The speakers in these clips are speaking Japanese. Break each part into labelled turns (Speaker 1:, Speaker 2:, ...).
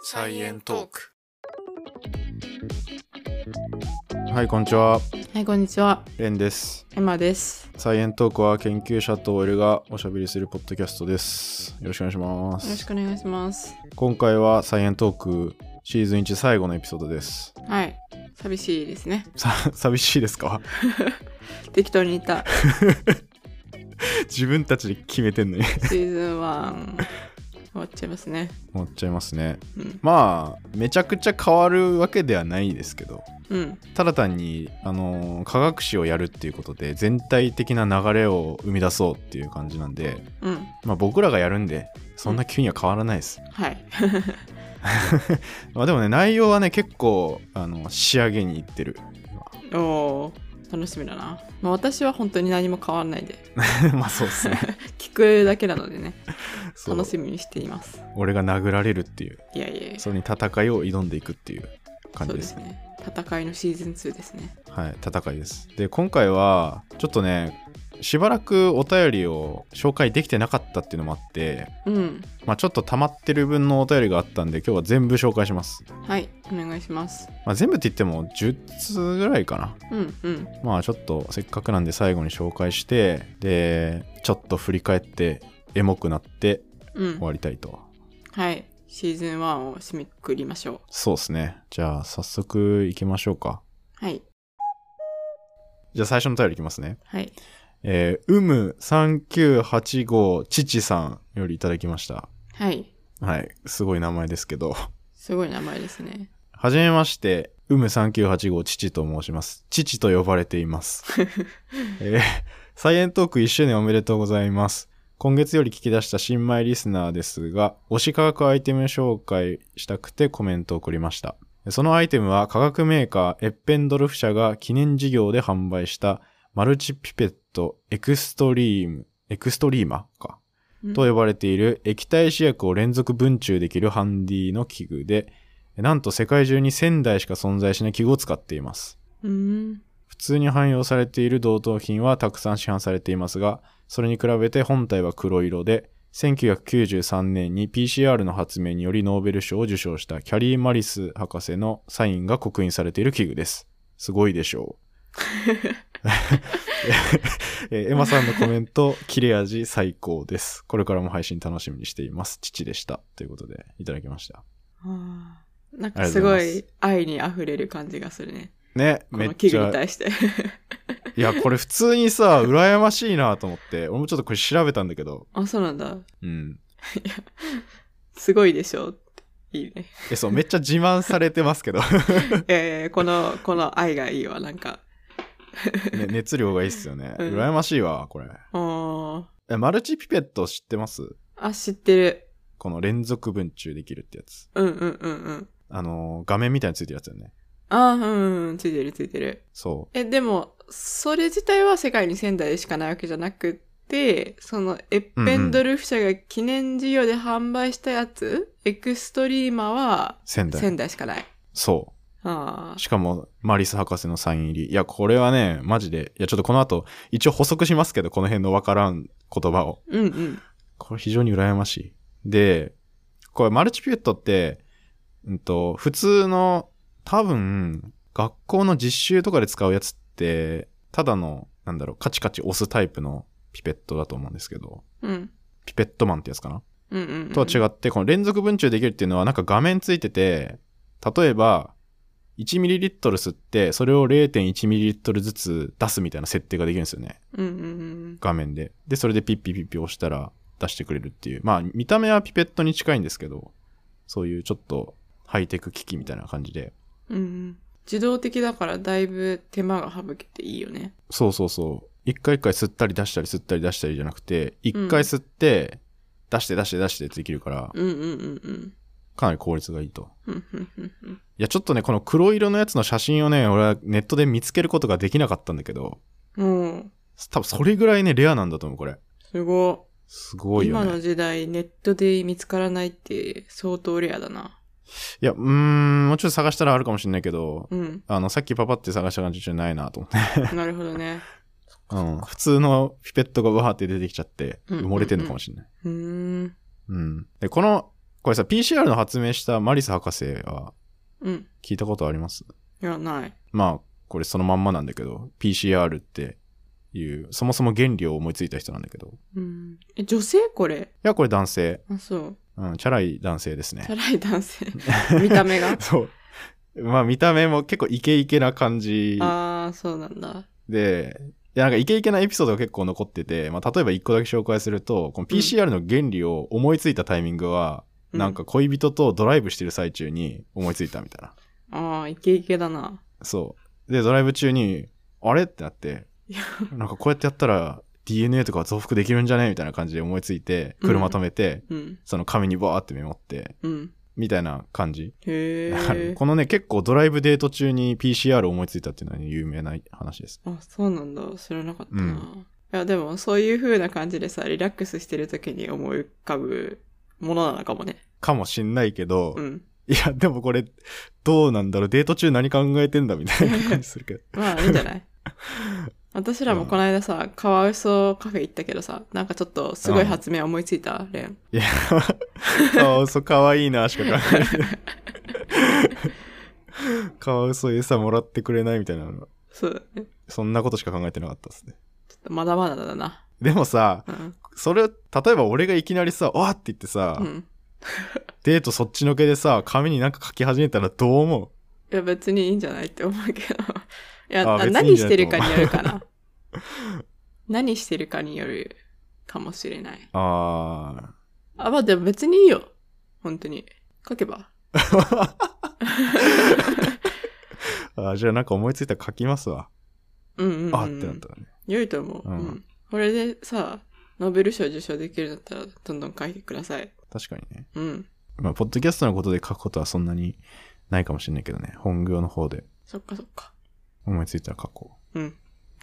Speaker 1: サイエントーク。
Speaker 2: はいこんにちは
Speaker 1: はい、こんにちは。
Speaker 2: レンです
Speaker 1: エマです。
Speaker 2: サイエントークは研究者と OL がおしゃべりするポッドキャストですよろしくお願いしま
Speaker 1: よろし
Speaker 2: す
Speaker 1: くお願いします。
Speaker 2: 今回はサイエントークシーズン1最後のエピソードです
Speaker 1: はい。寂しいですね。
Speaker 2: さ寂しいですか
Speaker 1: 適当に言った。
Speaker 2: 自分たちで決めて んのに
Speaker 1: シーズン1、終わっちゃいますね。
Speaker 2: 思っちゃいますね
Speaker 1: うん。
Speaker 2: まあめちゃくちゃ変わるわけではないですけど
Speaker 1: うん。
Speaker 2: ただ単にあのー科学史をやるっていうことで全体的な流れを生み出そうっていう感じなんで
Speaker 1: うん。
Speaker 2: まあ僕らがやるんでそんな急には変わらないです
Speaker 1: はい。
Speaker 2: まあでもね内容はね結構あの仕上げにいってる
Speaker 1: おー。楽しみだな、まあ、私は本当に何も変わらな いで
Speaker 2: まあそうっすね
Speaker 1: 聞くだけなのでね
Speaker 2: そう
Speaker 1: 楽しみにしています
Speaker 2: 俺が殴られるっていう
Speaker 1: いやいやいや
Speaker 2: それに戦いを挑んでいくっていう感
Speaker 1: そ
Speaker 2: じで
Speaker 1: うですす
Speaker 2: ね
Speaker 1: ね戦いのシーズン2ですね
Speaker 2: はい戦いですで今回はちょっとねしばらくお便りを紹介できてなかったっていうのもあって
Speaker 1: うん
Speaker 2: まあちょっと溜まってる分のお便りがあったんで今日は全部紹介します、
Speaker 1: はいお願いします
Speaker 2: まあ、全部って言っても10通ぐらいかな
Speaker 1: うんうん
Speaker 2: まあちょっとせっかくなんで最後に紹介してでちょっと振り返ってエモくなって
Speaker 1: うん
Speaker 2: 終わりたいと
Speaker 1: はい。シーズン1を締めくくりましょ
Speaker 2: そうですねじゃあ早速行きましょうか
Speaker 1: う。はい。
Speaker 2: じゃあ最初のタイルいきますね
Speaker 1: はい。
Speaker 2: えー、うむ3985父さんよりいただきました
Speaker 1: はい。
Speaker 2: はいすごい名前ですけど
Speaker 1: すごい名前ですね。
Speaker 2: はじめましてうむ3985父と申します父と呼ばれていますえーサイエントーク1周年おめでとうございます今月より聞き出した新米リスナーですが推し科学アイテム紹介したくてコメントを送りましたそのアイテムは化学メーカーエッペンドルフ社が記念事業で販売したマルチピペットエクストリーム、エクストリーマか。
Speaker 1: うん
Speaker 2: と呼ばれている液体試薬を連続分注できるハンディの器具で、なんと世界中に1000台しか存在しない器具を使っています。
Speaker 1: うーん。
Speaker 2: 普通に汎用されている同等品はたくさん市販されていますが、それに比べて本体は黒色で、1993年に PCR の発明によりノーベル賞を受賞したキャリー・マリス博士のサインが刻印されている器具です。すごいでしょう。 えエ マさんのコメント、切れ味最高です。これからも配信楽しみにしています。父でした。ということで、いただきました。
Speaker 1: あーなんかすごい愛に溢れる感じがするね。
Speaker 2: ね、
Speaker 1: こ
Speaker 2: めっ
Speaker 1: の器
Speaker 2: ち
Speaker 1: 具
Speaker 2: ゃ
Speaker 1: に。対して。
Speaker 2: いや、これ普通にさ、羨ましいなと思って、俺もちょっとこれ調べたんだけど、
Speaker 1: あ、そうなんだ。
Speaker 2: うん。
Speaker 1: すごいでしょって。いいね。
Speaker 2: え、そう、めっちゃ自慢されてますけど、
Speaker 1: えー、この、この愛がいいわ、なんか。
Speaker 2: ね熱量がいいっすよね。
Speaker 1: うん
Speaker 2: 羨ましいわ、これ。
Speaker 1: おー
Speaker 2: え、マルチピペット知ってます
Speaker 1: あ、知ってる。
Speaker 2: この連続分注できるってやつ。
Speaker 1: うんうんうんうん。
Speaker 2: あのー、画面みたいについてるやつだよね。
Speaker 1: あーうん、うん、ついてるついてる。
Speaker 2: そ
Speaker 1: え、でも、それ自体は世界に仙台しかないわけじゃなくって、そのエッペンドルフ社が記念事業で販売したやつ、エクストリーマは
Speaker 2: う、仙台。
Speaker 1: 仙台しかない。
Speaker 2: そ
Speaker 1: あ
Speaker 2: う。しかも、マリス博士のサイン入り。いや、これはね、マジで。いや、ちょっとこの後、一応補足しますけど、この辺のわからん言葉を。
Speaker 1: ーうんうん。
Speaker 2: これ非常に羨ましい。で、これマルチピペットって、うんと、普通の、多分、学校の実習とかで使うやつって、ただの、なんだろう、カチカチ押すタイプのピペットだと思うんですけど、
Speaker 1: うん。
Speaker 2: ピペットマンってやつかな、
Speaker 1: うんうん、うん。
Speaker 2: とは違って、この連続分注できるっていうのは、なんか画面ついてて、例えば、1ml 吸って、それを 0.1ml ずつ出すみたいな設定ができるんですよね。
Speaker 1: うんうんうん。
Speaker 2: 画面で。で、それでピッピピッピ押したら出してくれるっていう。まあ、見た目はピペットに近いんですけど、そういうちょっとハイテク機器みたいな感じで。
Speaker 1: うんうん。自動的だからだいぶ手間が省けていいよね。
Speaker 2: そうそうそう。一回一回吸ったり出したり吸ったり出したりじゃなくて、
Speaker 1: うん
Speaker 2: 一回吸って、出して出して出してってできるから、
Speaker 1: うんうんうんうん。
Speaker 2: かなり効率がいいと。
Speaker 1: うんうんうんうん
Speaker 2: いや、ちょっとね、この黒色のやつの写真をね、俺はネットで見つけることができなかったんだけど、
Speaker 1: もう、
Speaker 2: 多分それぐらいね、レアなんだと思う、これ。
Speaker 1: すご
Speaker 2: すごい
Speaker 1: い。
Speaker 2: よ
Speaker 1: 今
Speaker 2: ね
Speaker 1: の。時代ネットで見つからないって相当レアだな。
Speaker 2: いや、うーん、もうちょっと探したらあるかもしれないけど、
Speaker 1: うん。
Speaker 2: あの、さっきパパって探した感じじゃないなと思って。
Speaker 1: なるほどね。
Speaker 2: うん、普通のピペットがわーって出てきちゃって
Speaker 1: うん
Speaker 2: 埋もれてんのかもしれない。
Speaker 1: うーん。
Speaker 2: うんでこのこれさ、PCR の発明したマリス博士は
Speaker 1: うん。
Speaker 2: 聞いたことあります
Speaker 1: いや、ない。
Speaker 2: まあ、これそのまんまなんだけど、PCR っていう、そもそも原理を思いついた人なんだけど。い
Speaker 1: うん。え、女性これ。
Speaker 2: や、これ男性。
Speaker 1: あ、そう。
Speaker 2: うん、チャラい男性ですね。
Speaker 1: チ。ャラい男性。見た目が
Speaker 2: そう。まあ、見た目も結構イケイケな感じ
Speaker 1: ああ、そうなんだ。
Speaker 2: で、いやなんかイケイケなエピソードが結構残ってて、まあ、例えば一個だけ紹介すると、この PCR の原理を思いついたタイミングは、
Speaker 1: う
Speaker 2: なんか。恋人とドライブしてる最中に思いついたみたいな。
Speaker 1: ああ、イケイケだな。
Speaker 2: そう。で、ドライブ中に、あれってなって
Speaker 1: いや、
Speaker 2: なんかこうやってやったら DNA とか増幅できるんじゃねみたいな感じで思いついて、車止めて、
Speaker 1: うん。
Speaker 2: その紙にバーってメモって、
Speaker 1: うん。
Speaker 2: みたいな感じ。
Speaker 1: へ
Speaker 2: だから
Speaker 1: え。
Speaker 2: このね、結構ドライブデート中に PCR を思いついたっていうのは、有名な話です。
Speaker 1: あ、そうなんだ。知らなかったな。
Speaker 2: うん
Speaker 1: いや、でも、そういう風な感じでさ、リラックスしてる時に思い浮かぶものなのかもね。
Speaker 2: かもしんないけど、
Speaker 1: うん。
Speaker 2: いや、でもこれ、どうなんだろう、デート中何考えてんだみたいな感じするけど。
Speaker 1: まあ、いいんじゃない 私らもこの間さ、カワウソカフェ行ったけどさ、なんかちょっとすごい発明思いついた、レン。
Speaker 2: いや、カワウソかわいいな、しか考えない。カワウソ餌もらってくれないみたいなの。
Speaker 1: そうだね。
Speaker 2: そんなことしか考えてなかったですね。
Speaker 1: ちょっとまだまだだな。
Speaker 2: でもさ、
Speaker 1: うん。
Speaker 2: それ、例えば俺がいきなりさ、わーって言ってさ、
Speaker 1: うん。
Speaker 2: デートそっちのけでさ、紙になんか書き始めたらどう思う
Speaker 1: いや、別にいいんじゃないって思うけ ど。いや、
Speaker 2: あ
Speaker 1: あ
Speaker 2: 別にいいん
Speaker 1: 何
Speaker 2: じゃな
Speaker 1: し
Speaker 2: い
Speaker 1: てるかによるかな。何してるかによるかもしれない。
Speaker 2: あ
Speaker 1: あ、まあでも別にいいよ。本当に。書けば。
Speaker 2: ーあー、じゃあなんか思いついたら書きますわ。
Speaker 1: うんうん、うん。
Speaker 2: あーってなったらね。
Speaker 1: 良いと思う。
Speaker 2: う
Speaker 1: うんん。これでさ、ノーベル賞受賞できるんだったら、どんどん書いてください。
Speaker 2: 確かにね。
Speaker 1: うん。
Speaker 2: まあ、ポッドキャストのことで書くことはそんなにないかもしれないけどね。本業の方で
Speaker 1: そっかそっか。
Speaker 2: 思いついたら書こ
Speaker 1: うん。
Speaker 2: う。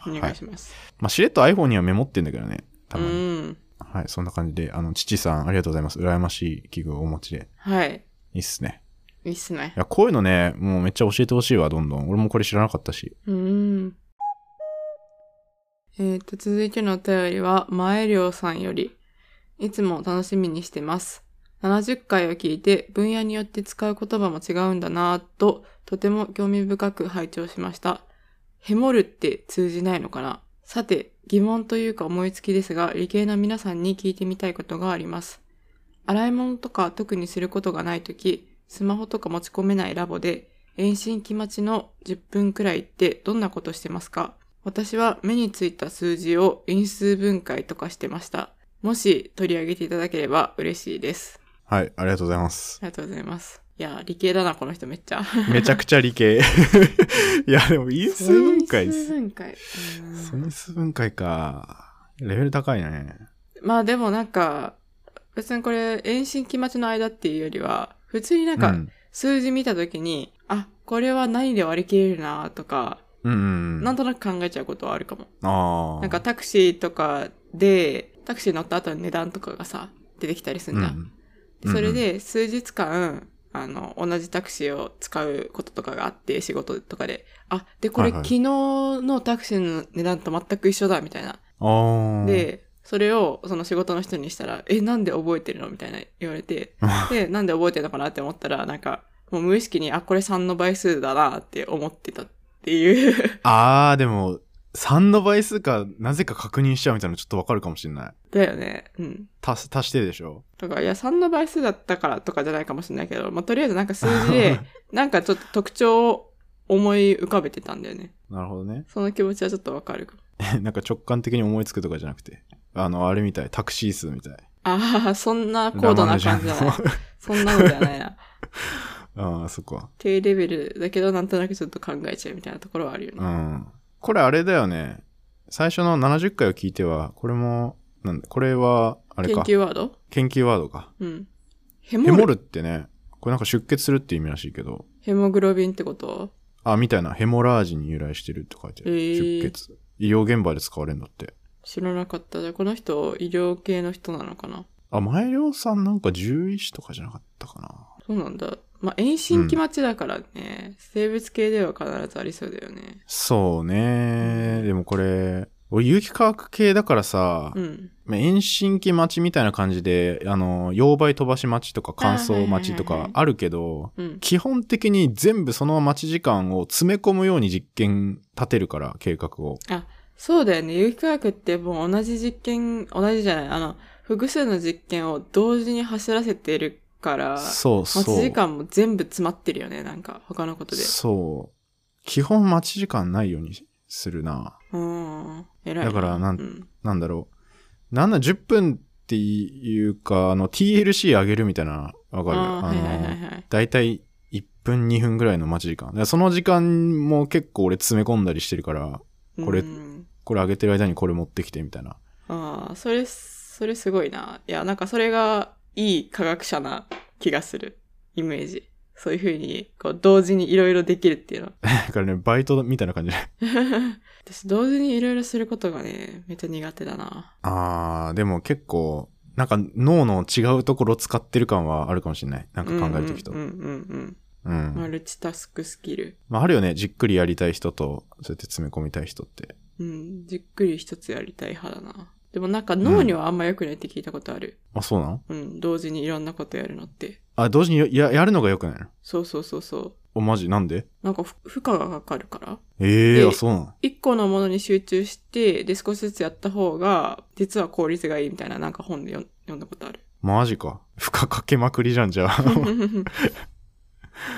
Speaker 1: お
Speaker 2: は
Speaker 1: 願い
Speaker 2: い。
Speaker 1: します。
Speaker 2: まあ、しれっと iPhone にはメモってんだけどね。たま
Speaker 1: う
Speaker 2: に。
Speaker 1: ん。
Speaker 2: はい。そんな感じで、あの、父さんありがとうございます。羨ましい器具をお持ちで。
Speaker 1: はい。
Speaker 2: いいっすね。
Speaker 1: いいっすね
Speaker 2: い。や、こういうのね、もうめっちゃ教えてほしいわ、どんどん。俺もこれ知らなかったし。
Speaker 1: うん。えっ、と、続いてのお便りは、前良さんより、いつも楽しみにしてます。70回を聞いて、分野によって使う言葉も違うんだなぁと、とても興味深く拝聴しました。ヘモるって通じないのかなさて、疑問というか思いつきですが、理系の皆さんに聞いてみたいことがあります。洗い物とか特にすることがないとき、スマホとか持ち込めないラボで、遠心機待ちの10分くらいってどんなことしてますか私は目についた数字を因数分解とかしてました。もし取り上げていただければ嬉しいです。
Speaker 2: はい。ありがとうございます
Speaker 1: あ。りがとうございます。いや、理系だな、この人めっちゃ。
Speaker 2: めちゃくちゃ理系。 いや、でも因数分解っ
Speaker 1: 因数
Speaker 2: す。
Speaker 1: 分解。うん
Speaker 2: そう因数分解か。レベル高いね。
Speaker 1: まあでもなんか、別にこれ遠心機待ちの間っていうよりは、普通になん
Speaker 2: う
Speaker 1: か
Speaker 2: ん、
Speaker 1: 数字見たときに、あ、これは何で割り切れるなとか、
Speaker 2: うんうん。
Speaker 1: なんとなく考えちゃうことはあるかも。
Speaker 2: ああ。
Speaker 1: なんかタクシーとかで、タクシー乗った後に値段とかがさ、出てきたりす
Speaker 2: うんんう
Speaker 1: じゃん。
Speaker 2: ん。
Speaker 1: でそれで数日間、あの、同じタクシーを使うこととかがあって、仕事とかで。あ、で、こ
Speaker 2: は
Speaker 1: れ、
Speaker 2: いはい
Speaker 1: 昨日のタクシーの値段と全く一緒だ、みたいな。
Speaker 2: ああ。、
Speaker 1: で、それをその仕事の人にしたら、え、なんで覚えてるのみたいな言わ れて、で、なんで覚えてるのかなって思ったら、なんか、もう無意識に、あ、これ3の倍数だなって思ってたっていう。
Speaker 2: あー、でも、3の倍数か、なぜか確認しちゃうみたいなのちょっとわかるかもしれない。
Speaker 1: だよね。うん。
Speaker 2: 足す、足してでしょ
Speaker 1: とか、いや、3の倍数だったからとかじゃないかもしれないけど、まあ、とりあえずなんか数字 で、なんかちょっと特徴を思い浮かべてたんだよね。
Speaker 2: なるほどね。
Speaker 1: その気持ちはちょっとわかるかも。
Speaker 2: なんか直感的に思いつくとかじゃなくて。あの、あれみたい。タクシー数みたい。
Speaker 1: ああ、そんな高度な感じじゃない。そんなのじゃないな。っ
Speaker 2: ああー、そっか。
Speaker 1: ていうレベルだけど、なんとなくちょっと考えちゃうみたいなところはあるよ
Speaker 2: う
Speaker 1: ね。
Speaker 2: ん。これあれだよね。最初の70回を聞いては、これも、なんだ、これは、あれ
Speaker 1: 研
Speaker 2: か。
Speaker 1: 究ワード
Speaker 2: 研究ワードか。
Speaker 1: うん。
Speaker 2: ヘ
Speaker 1: ヘモ
Speaker 2: モ
Speaker 1: ル
Speaker 2: ルってね、これなんか出血するって意味らしいけど、
Speaker 1: ヘモグロビンってこと
Speaker 2: あ、みたいな、ヘモラージに由来してるって書いてある。
Speaker 1: へー
Speaker 2: 出血。医療現場で使われるんだって。
Speaker 1: 知らなかった。じゃあこの人、医療系の人なのかな
Speaker 2: あ、前良さんなんか獣医師とかじゃなかったかな。
Speaker 1: そうなんだ。まあ、遠心機待ちだからね、生物系では必ずありそうだよね。
Speaker 2: そうね。でもこれ、俺、有機化学系だからさ、
Speaker 1: うん。
Speaker 2: まあ遠心機待ちみたいな感じで、あの、溶媒飛ばし待ちとか乾燥待ちと
Speaker 1: はいはいはいは
Speaker 2: か
Speaker 1: い
Speaker 2: あるけど、
Speaker 1: うん。
Speaker 2: 基本的に全部その待ち時間を詰め込むように実験立てるから、計画を。
Speaker 1: そうだよね。有機化学ってもう同じ実験、同じじゃない。あの、複数の実験を同時に走らせてるから、
Speaker 2: そうそう。
Speaker 1: 待ち時間も全部詰まってるよね。なんか、他のことで。
Speaker 2: そう。基本待ち時間ないようにするな。
Speaker 1: うん。偉い
Speaker 2: だ
Speaker 1: ね。
Speaker 2: からなん
Speaker 1: うん。
Speaker 2: なんだろう。なんだ、10分っていうか、あの、TLC 上げるみたいな、わかる
Speaker 1: あー
Speaker 2: あ
Speaker 1: はいはいはい
Speaker 2: の、
Speaker 1: はい。
Speaker 2: だいたい1分、2分ぐらいの待ち時間。だからその時間も結構俺詰め込んだりしてるから、これ
Speaker 1: うん
Speaker 2: これ上げてる間にこれ持ってきてみたいな。
Speaker 1: ああ、それ、それすごいな。いや、なんかそれがいい科学者な気がする。イメージ。そういうふうに、こう、同時にいろいろできるっていうの。
Speaker 2: だからね、バイトみたいな感じで。
Speaker 1: 私、同時にいろいろすることがね、めっちゃ苦手だな。
Speaker 2: あー、でも結構、なんか脳の違うところ使ってる感はあるかもしれない。なんか考えるときと。
Speaker 1: う
Speaker 2: うん。
Speaker 1: うんんうんうん。マルチタスクスキル。
Speaker 2: まあ、あるよね。じっくりやりたい人と、そうやって詰め込みたい人って。
Speaker 1: うん、じっくり一つやりたい派だな。でもなんか脳にはあんま良くないって聞いたことある。
Speaker 2: あ、そうなの
Speaker 1: うん、同時にいろんなことやるのって。
Speaker 2: あ、同時にやややるのが良くないの
Speaker 1: そうそうそうそう。
Speaker 2: お、マジなんで
Speaker 1: なんかふ負荷がかかるから。
Speaker 2: ええ
Speaker 1: で
Speaker 2: あ、そうなの
Speaker 1: 一個のものに集中して、で、少しずつやった方が、実は効率がいいみたいな、なんか本で読ん読んだ ことある。
Speaker 2: マジか。負荷かけまくりじゃん、じゃあ。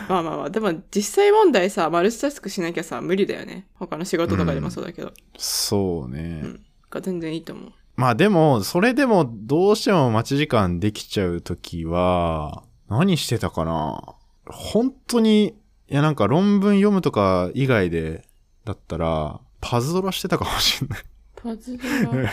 Speaker 1: まあまあまあ、でも実際問題さ、マルチタスクしなきゃさ、無理だよね。他の仕事とかでもそうだけど。
Speaker 2: そうね。
Speaker 1: うんが全然いいと思う。
Speaker 2: まあでも、それでも、どうしても待ち時間できちゃうときは、何してたかな本当に、いやなんか論文読むとか以外で、だったら、パズドラしてたかもしんない。
Speaker 1: パズルは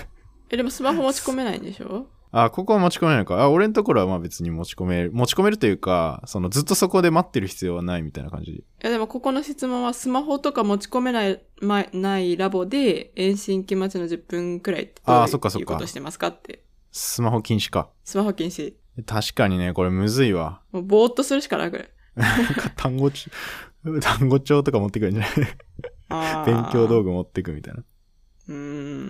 Speaker 1: え、でもスマホ持ち込めないんでしょ
Speaker 2: あ、ここは持ち込めないのか。あ、俺のところはまあ別に持ち込める。持ち込めるというか、そのずっとそこで待ってる必要はないみたいな感じ。
Speaker 1: いやでもここの質問はスマホとか持ち込めない、ま、ないラボで遠心機待ちの10分くらいってどう
Speaker 2: あーそっかそっか
Speaker 1: いうことしてますかって。
Speaker 2: スマホ禁止か。
Speaker 1: スマホ禁止。
Speaker 2: 確かにね、これむずいわ。
Speaker 1: もうぼーっとするしかなくない。
Speaker 2: なんか 単語帳、 単語帳とか持ってくるんじゃない
Speaker 1: あ
Speaker 2: 勉強
Speaker 1: 具
Speaker 2: 道具持ってくみたいな。
Speaker 1: うーん、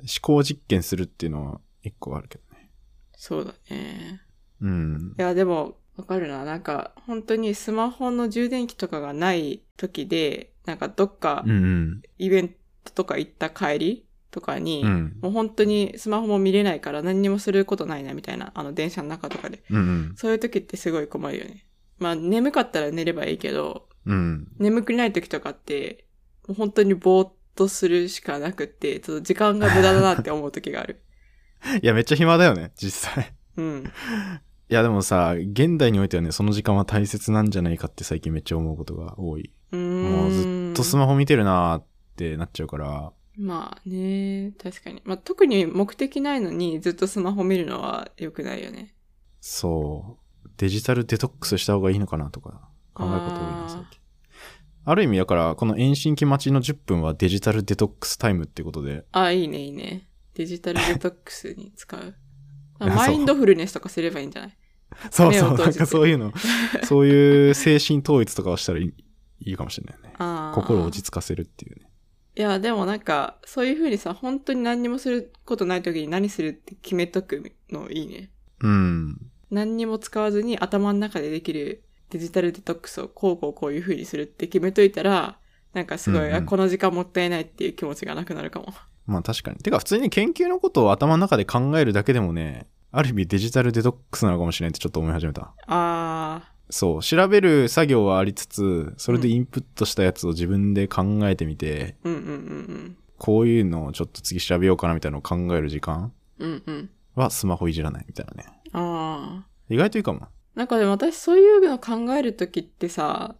Speaker 2: 思考実験するっていうのは一個あるけどね。
Speaker 1: そうだね。
Speaker 2: うん
Speaker 1: い。や、でも、わかるな。なんか、本当にスマホの充電器とかがない時で、なんかどっか
Speaker 2: うんうん。
Speaker 1: イベントとか行った帰りとかに、
Speaker 2: うん。
Speaker 1: もう本当にスマホも見れないから何にもすることないなみたいな、あの電車の中とかで。
Speaker 2: うんうん。
Speaker 1: そういう時ってすごい困るよね。まあ、眠かったら寝ればいいけど、
Speaker 2: うん。
Speaker 1: 眠くない時とかって、もう本当にぼーっとするしかなくって、ちょっと時間が無駄だなって思う時が ある。
Speaker 2: いや、めっちゃ暇だよね、 実際。
Speaker 1: うん。
Speaker 2: いや、でもさ、現代においてはね、その時間は大切なんじゃないかって最近めっちゃ思うことが多い。も
Speaker 1: も
Speaker 2: うずっとスマホ見てるなーってなっちゃうから。
Speaker 1: まあね、確かに。まあ特に目的ないのにずっとスマホ見るのは良くないよね。
Speaker 2: そう。デジタルデトックスした方がいいのかなとか、考えること多い
Speaker 1: あ
Speaker 2: な、
Speaker 1: ー
Speaker 2: 最近。ある意味だから、この遠心機待ちの10分はデジタルデトックスタイムってことで、
Speaker 1: ああ、いいね、いいね。デジタルデトックスに 使う。
Speaker 2: そう
Speaker 1: マインドフルネスとかすればいいんじゃない
Speaker 2: そう
Speaker 1: 目を
Speaker 2: そう、
Speaker 1: 閉
Speaker 2: なん
Speaker 1: じて
Speaker 2: かそういうの、そういう精神統一とかをしたらいいいいかもしれないね。
Speaker 1: ああ。
Speaker 2: 心を落ち着かせるっていうね。
Speaker 1: いや、でもなんか、そういう風にさ、本当に何にもすることない時に何するって決めとくのいいね。
Speaker 2: うん。
Speaker 1: 何にも使わずに頭の中でできるデジタルデトックスをこうこうこういう風にするって決めといたら、なんかすごい、
Speaker 2: うんうん
Speaker 1: あこの時間もったいないっていう気持ちがなくなるかも。
Speaker 2: まあ確かに。てか普通に研究のことを頭の中で考えるだけでもね、ある意味デジタルデトックスなのかもしれないってちょっと思い始めた。
Speaker 1: ああ。
Speaker 2: そう。調べる作業はありつつ、それでインプットしたやつを自分で考えてみて、
Speaker 1: うんうんうん
Speaker 2: こういうのをちょっと次調べようかなみたいなのを考える時間
Speaker 1: うん。うんうん。
Speaker 2: はスマホいじらないみたいなね。
Speaker 1: ああ。
Speaker 2: 意外といいかも。
Speaker 1: なんかでも私そういうの考えるときってさ、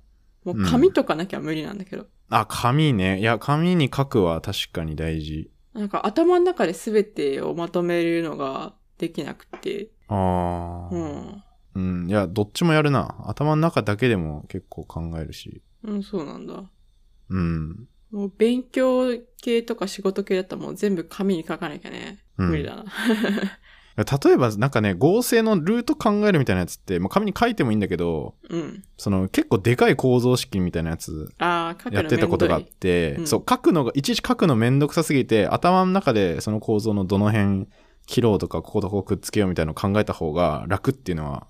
Speaker 1: もう紙とかなきゃ無理なんだけど。
Speaker 2: あ、紙ね。いや、紙に書くは確かに大事。
Speaker 1: なんか頭の中で全てをまとめるのができなくて。
Speaker 2: ああ。
Speaker 1: うん。
Speaker 2: うん、いや、どっちもやるな。頭の中だけでも結構考えるし。
Speaker 1: うん、そうなんだ。
Speaker 2: うん。
Speaker 1: もう勉強系とか仕事系だったらもう全部紙に書かなきゃね。
Speaker 2: うん
Speaker 1: 無理だな。
Speaker 2: 例えばなんかね合成のルート考えるみたいなやつって、まあ、紙に書いてもいいんだけど
Speaker 1: うん。
Speaker 2: その結構でかい構造式みたいなやつ
Speaker 1: ああ、書く
Speaker 2: や
Speaker 1: の
Speaker 2: っ
Speaker 1: めんど
Speaker 2: て
Speaker 1: い
Speaker 2: たことがあって、
Speaker 1: うん
Speaker 2: そう書くのがいちいち書くのめんどくさすぎて頭の中でその構造のどの辺切ろうとかこことここくっつけようみたいなの考えた方が楽っていうのは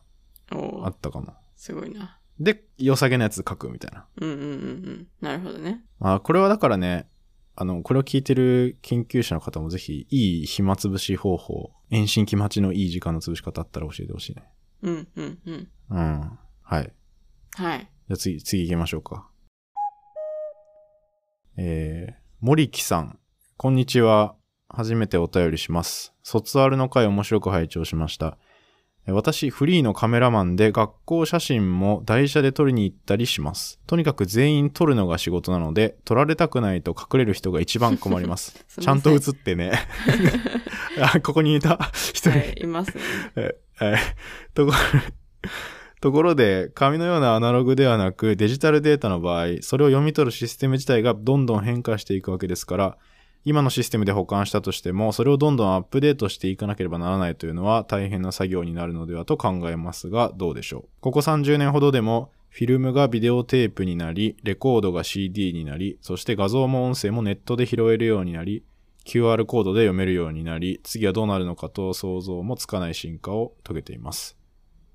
Speaker 1: お
Speaker 2: あ
Speaker 1: お
Speaker 2: っ、たかも
Speaker 1: すごいな。
Speaker 2: で良さげなやつ書くみたいな
Speaker 1: うんうんうんうん。なるほどね。
Speaker 2: まあこれはだからねあのこれを聞いてる研究者の方もぜひいい暇つぶし方法遠心機待ちのいい時間の潰し方あったら教えてほしいね
Speaker 1: うんうんうん。
Speaker 2: うんはい
Speaker 1: はい。
Speaker 2: じゃあ次、次行きましょうか。えー、森木さん。こんにちは。初めてお便りします。卒アルの回面白く拝聴しました。えー私、フリーのカメラマンで学校写真も台車で撮りに行ったりします。とにかく全員撮るのが仕事なので、撮られたくないと隠れる人が一番困ります。
Speaker 1: すいません
Speaker 2: ちゃんと写ってね。 あ、ここにいた。一人。
Speaker 1: はい、いますね。
Speaker 2: はい。ところ、 ところで、紙のようなアナログではなくデジタルデータの場合、それを読み取るシステム自体がどんどん変化していくわけですから、今のシステムで保管したとしても、それをどんどんアップデートしていかなければならないというのは大変な作業になるのではと考えますが、どうでしょう。ここ30年ほどでも、フィルムがビデオテープになり、レコードが CD になり、そして画像も音声もネットで拾えるようになり、QR コードで読めるようになり、次はどうなるのかと想像もつかない進化を遂げています。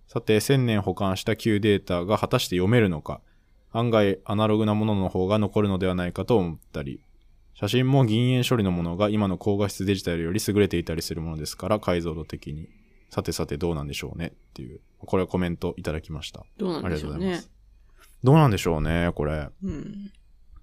Speaker 2: さて、1000年保管した旧データが果たして読めるのか、案外アナログなものの方が残るのではないかと思ったり、写真も銀塩処理のものが今の高画質デジタルより優れていたりするものですから、解像度的に。さてさてどうなんでしょうねっていう、これはコメントいただきました。
Speaker 1: ど
Speaker 2: あ
Speaker 1: うなん
Speaker 2: り
Speaker 1: で
Speaker 2: が
Speaker 1: し
Speaker 2: とう
Speaker 1: ょう
Speaker 2: ございま
Speaker 1: ね
Speaker 2: す。。どうなんでしょうね、これ。
Speaker 1: うん。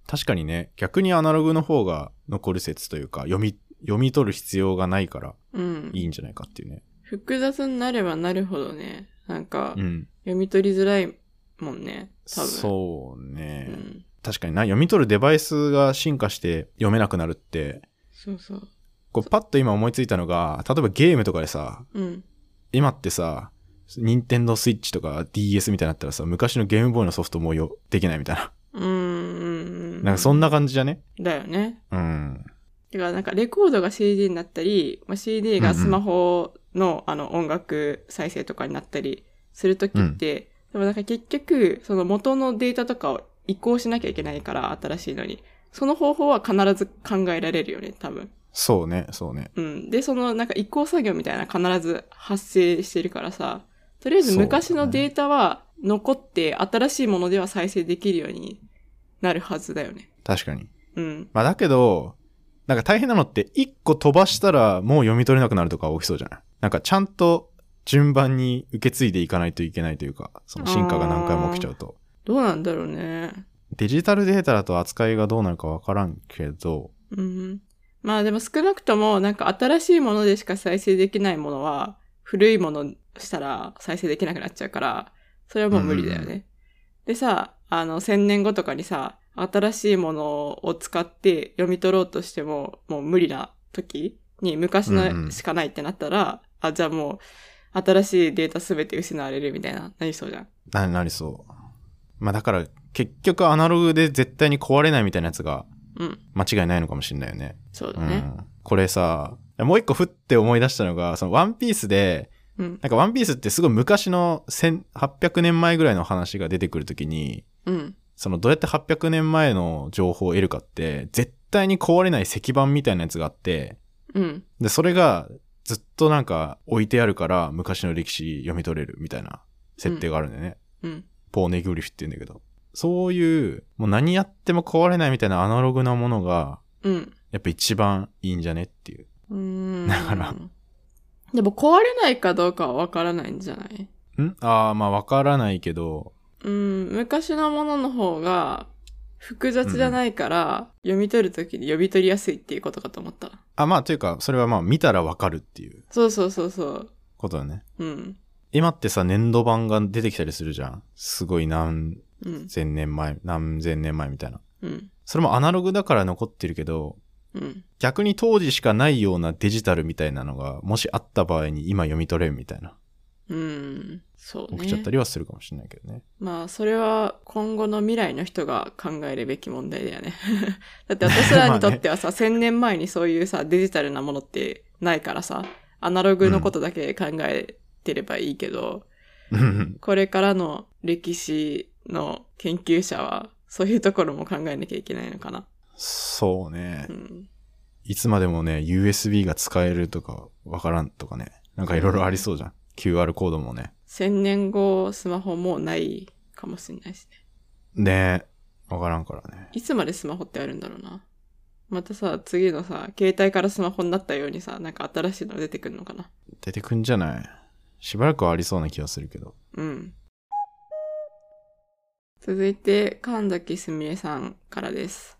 Speaker 2: 確かにね逆にアナログの方が残る説というか読み読み取る必要がないから
Speaker 1: うん。
Speaker 2: いいんじゃないかっていうね
Speaker 1: 複雑になればなるほどね、なんか
Speaker 2: う、ん
Speaker 1: 読み取りづらいもんね、多分。
Speaker 2: そう
Speaker 1: う
Speaker 2: ね、
Speaker 1: ん。
Speaker 2: 確かにな読み取るデバイスが進化して読めなくなるって
Speaker 1: そうそう。
Speaker 2: こうパッと今思いついたのが例えばゲームとかでさ
Speaker 1: うん。
Speaker 2: 今ってさ任天堂スイッチとか DS みたいになったらさ昔のゲームボーイのソフトもうよできないみたいな、
Speaker 1: うんうんう。
Speaker 2: なんかそんな感じじゃね
Speaker 1: だよね。
Speaker 2: うん
Speaker 1: だからなんかレコードが CD になったり、まあ、CD がスマホのあの音楽再生とかになったりするときって、でもなんか結局その元のデータとかを移行しなきゃいけないから新しいのに。その方法は必ず考えられるよね、多分。
Speaker 2: そうねそうね
Speaker 1: うん。で、そのなんか移行作業みたいなの必ず発生してるからさ、とりあえず
Speaker 2: そうだね
Speaker 1: 昔のデータは残って新しいものでは再生できるようになるはずだよね。
Speaker 2: 確かに
Speaker 1: うん。
Speaker 2: まあだけど、なんか大変なのって、一個飛ばしたらもう読み取れなくなるとか起きそうじゃないなんかちゃんと順番に受け継いでいかないといけないというか、その進化が何回も起きちゃうと。
Speaker 1: どうなんだろうね。
Speaker 2: デジタルデータだと扱いがどうなるかわからんけど、
Speaker 1: うん。まあでも少なくともなんか新しいものでしか再生できないものは古いものしたら再生できなくなっちゃうから、それはもう無理だよ
Speaker 2: うんう
Speaker 1: ね。でさ、あの、千年後とかにさ、新しいものを使って読み取ろうとしても、もう無理な時に昔
Speaker 2: うんう
Speaker 1: の
Speaker 2: ん
Speaker 1: しかないってなったら、あ、じゃあもう新しいデータすべて失われるみたいな、なりそうじゃん。
Speaker 2: な、なりそう。まあだから、結局アナログで絶対に壊れないみたいなやつが
Speaker 1: うん。
Speaker 2: 間違いないのかもしれないよね。
Speaker 1: そうだ
Speaker 2: う
Speaker 1: ね。
Speaker 2: ん。これさ、もう一個ふって思い出したのが、そのワンピースで、
Speaker 1: うん。
Speaker 2: なんかワンピースってすごい昔の1800年前ぐらいの話が出てくるときに、
Speaker 1: うん。
Speaker 2: そのどうやって800年前の情報を得るかって、絶対に壊れない石板みたいなやつがあって、
Speaker 1: うん。
Speaker 2: で、それがずっとなんか置いてあるから昔の歴史読み取れるみたいな設定があるんだよね。
Speaker 1: うん。
Speaker 2: ポーネグリフって言うんだけど。そういう、もう何やっても壊れないみたいなアナログなものが、
Speaker 1: うん。
Speaker 2: やっぱ一番いいんじゃねっていう。
Speaker 1: うーん
Speaker 2: だから。
Speaker 1: でも壊れないかどうかはわからないんじゃない
Speaker 2: んああ、まあわからないけど、
Speaker 1: うん、昔のものの方が複雑じゃないから、読み取るときに読み取りやすいっていうことかと思った。
Speaker 2: あ、まあというか、それはまあ見たらわかるっていう
Speaker 1: そうそうそうそう。
Speaker 2: ことだね。
Speaker 1: うん。
Speaker 2: 今ってさ、粘土板が出てきたりするじゃん。すごい何
Speaker 1: うん。
Speaker 2: 千年前、何千年前みたいな。
Speaker 1: うん。
Speaker 2: それもアナログだから残ってるけど、
Speaker 1: うん。
Speaker 2: 逆に当時しかないようなデジタルみたいなのが、もしあった場合に今読み取れるみたいな、
Speaker 1: うん。そう
Speaker 2: 起
Speaker 1: ね。
Speaker 2: きちゃったりはするかもしれないけどね。
Speaker 1: まあ、それは今後の未来の人が考えるべき問題だよね。だって私らにとってはさ、1000年前にそういうさ、デジタルなものってないからさ、アナログのことだけ考えてればいいけど、
Speaker 2: うん
Speaker 1: これからの歴史の研究者は、そういうところも考えなきゃいけないのかな。
Speaker 2: そうね
Speaker 1: う。ん。
Speaker 2: いつまでもね、USB が使えるとか、わからんとかね。なんかいろいろありそうじゃん。QR コードもね。
Speaker 1: 千年後、スマホもうないかもしれないしね。
Speaker 2: ねえ。わからんからね。
Speaker 1: いつまでスマホってあるんだろうな。またさ、次のさ、携帯からスマホになったようにさ、なんか新しいの出てくるのかな。
Speaker 2: 出てくんじゃないしばらくはありそうな気がするけど。
Speaker 1: うん。続いて、神崎すみれさんからです。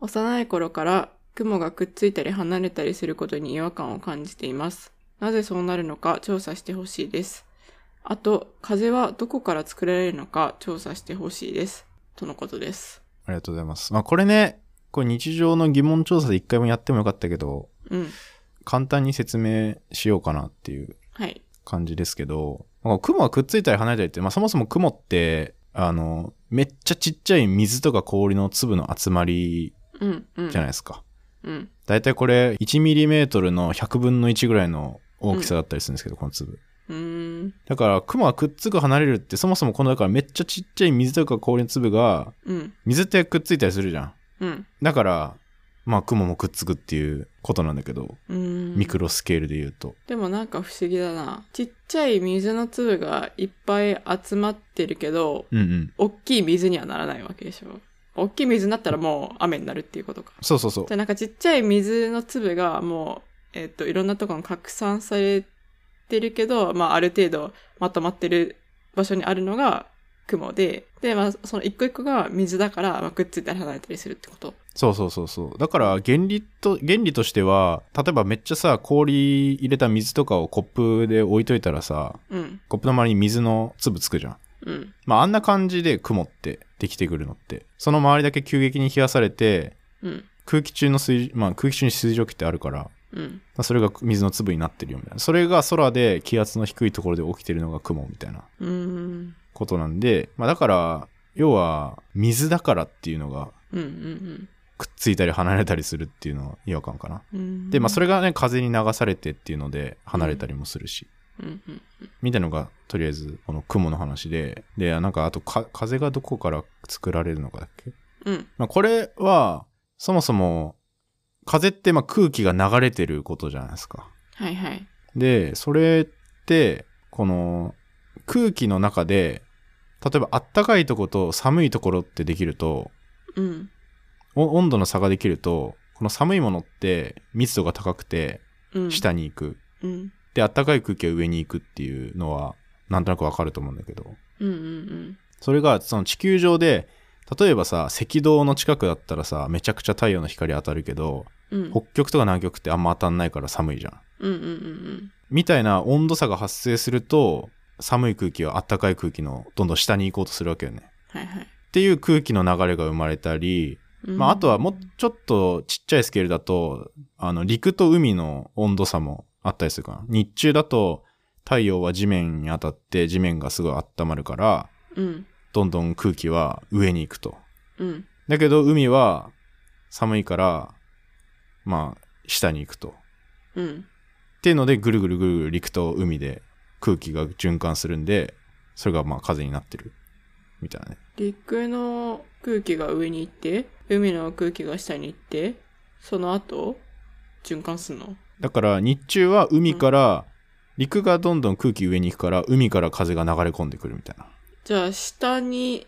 Speaker 1: 幼い頃から雲がくっついたり離れたりすることに違和感を感じています。なぜそうなるのか調査してほしいです。あと、風はどこから作られるのか調査してほしいです。とのことです。
Speaker 2: ありがとうございます。まあこれね、これ日常の疑問調査で一回もやってもよかったけど、
Speaker 1: うん。
Speaker 2: 簡単に説明しようかなっていう
Speaker 1: はい。
Speaker 2: 感じですけど、まあ雲がくっついたり離れたりって、まあそもそも雲って、あの、めっちゃちっちゃい水とか氷の粒の集まり
Speaker 1: うん。うん。
Speaker 2: じゃないですか。
Speaker 1: うん。
Speaker 2: だいたいこれ 1mm の100分の1ぐらいの大きさだったりするんですけど、この粒。
Speaker 1: うーん。
Speaker 2: だから雲がくっつく離れるってそもそもこのだからめっちゃちっちゃい水とか氷の粒が
Speaker 1: うん。
Speaker 2: 水ってくっついたりするじゃん。
Speaker 1: うん。
Speaker 2: だから、まあ雲もくっつくっていうことなんだけど、
Speaker 1: うーん。
Speaker 2: ミクロスケールで言うと。
Speaker 1: でもなんか不思議だな。ちっちゃい水の粒がいっぱい集まってるけど、
Speaker 2: うんうん。
Speaker 1: 大きい水にはならないわけでしょ。大きい水になったらもう雨になるっていうことか。
Speaker 2: そうそうそう
Speaker 1: じゃ。あなんかちっちゃい水の粒がもう、えっ、と、いろんなところに拡散されてるけど、まあある程度まとまってる場所にあるのが雲で、で、まあその一個一個が水だから、まあ、くっついたり離れたりするってこと。
Speaker 2: そうそうそうそう。だから原理と、原理としては、例えばめっちゃさ、氷入れた水とかをコップで置いといたらさ、
Speaker 1: うん、
Speaker 2: コップの周りに水の粒つくじゃん。
Speaker 1: うん、
Speaker 2: まああんな感じで雲ってできてくるのって。その周りだけ急激に冷やされて、
Speaker 1: うん、
Speaker 2: 空気中の水、まあ空気中に水蒸気ってあるから、
Speaker 1: うん。
Speaker 2: まあそれが水の粒になってるよみたいな。それが空で気圧の低いところで起きてるのが雲みたいな
Speaker 1: うーん、
Speaker 2: ことなんで、まあだから、要は水だからっていうのが
Speaker 1: うん、うん、
Speaker 2: くっついたり離れたりするっていうのは違和感かな。
Speaker 1: うん。
Speaker 2: で、まあそ
Speaker 1: れ、
Speaker 2: れがね、風に流されてっていうので離れたりもするし、
Speaker 1: うん、うん。
Speaker 2: みたいなのがとりあえずこの雲の話で、で、なんかあとか風がどこから作られるのかだっけ
Speaker 1: うん、
Speaker 2: まあこれは、そもそも風ってまあ空気が流れてることじゃないですか。
Speaker 1: はいはい。
Speaker 2: で、それって、この空気の中で、例えばあったかいとこと寒いところってできると、
Speaker 1: うん、
Speaker 2: お温度の差ができると、この寒いものって密度が高くて
Speaker 1: うん。
Speaker 2: 下に行く。
Speaker 1: うん、
Speaker 2: で、あったかい空気は上に行くっていうのはなんとなくわかると思うんだけど、
Speaker 1: うん、うん、
Speaker 2: それがその地球上で、例えばさ、赤道の近くだったらさ、めちゃくちゃ太陽の光当たるけど、
Speaker 1: うん。うん、
Speaker 2: 北極とか南極ってあんま当たんないから寒いじゃん。
Speaker 1: うん、うん、うん。
Speaker 2: みたいな温度差が発生すると寒い空気は暖かい空気のどんどん下に行こうとするわけよね。
Speaker 1: はいはい。
Speaker 2: っていう空気の流れが生まれたり、まあ、あとはもうちょっとちっちゃいスケールだとあの陸と海の温度差もあったりするかな。日中だと太陽は地面に当たって地面がすごい温まるから
Speaker 1: うん、
Speaker 2: どんどん空気は上に行くと。
Speaker 1: うん、
Speaker 2: だけど海は寒いからまあ下に行くと。
Speaker 1: うん、
Speaker 2: っていうのでぐるぐるぐるぐる陸と海で空気が循環するんでそれがまあ風になってるみたいなね
Speaker 1: 陸の空気が上に行って、海の空気が下に行って、その後、循環すんの
Speaker 2: だから日中は海から陸がどんどん空気上に行くから海から風が流れ込んでくるみたいな
Speaker 1: じゃあ、下に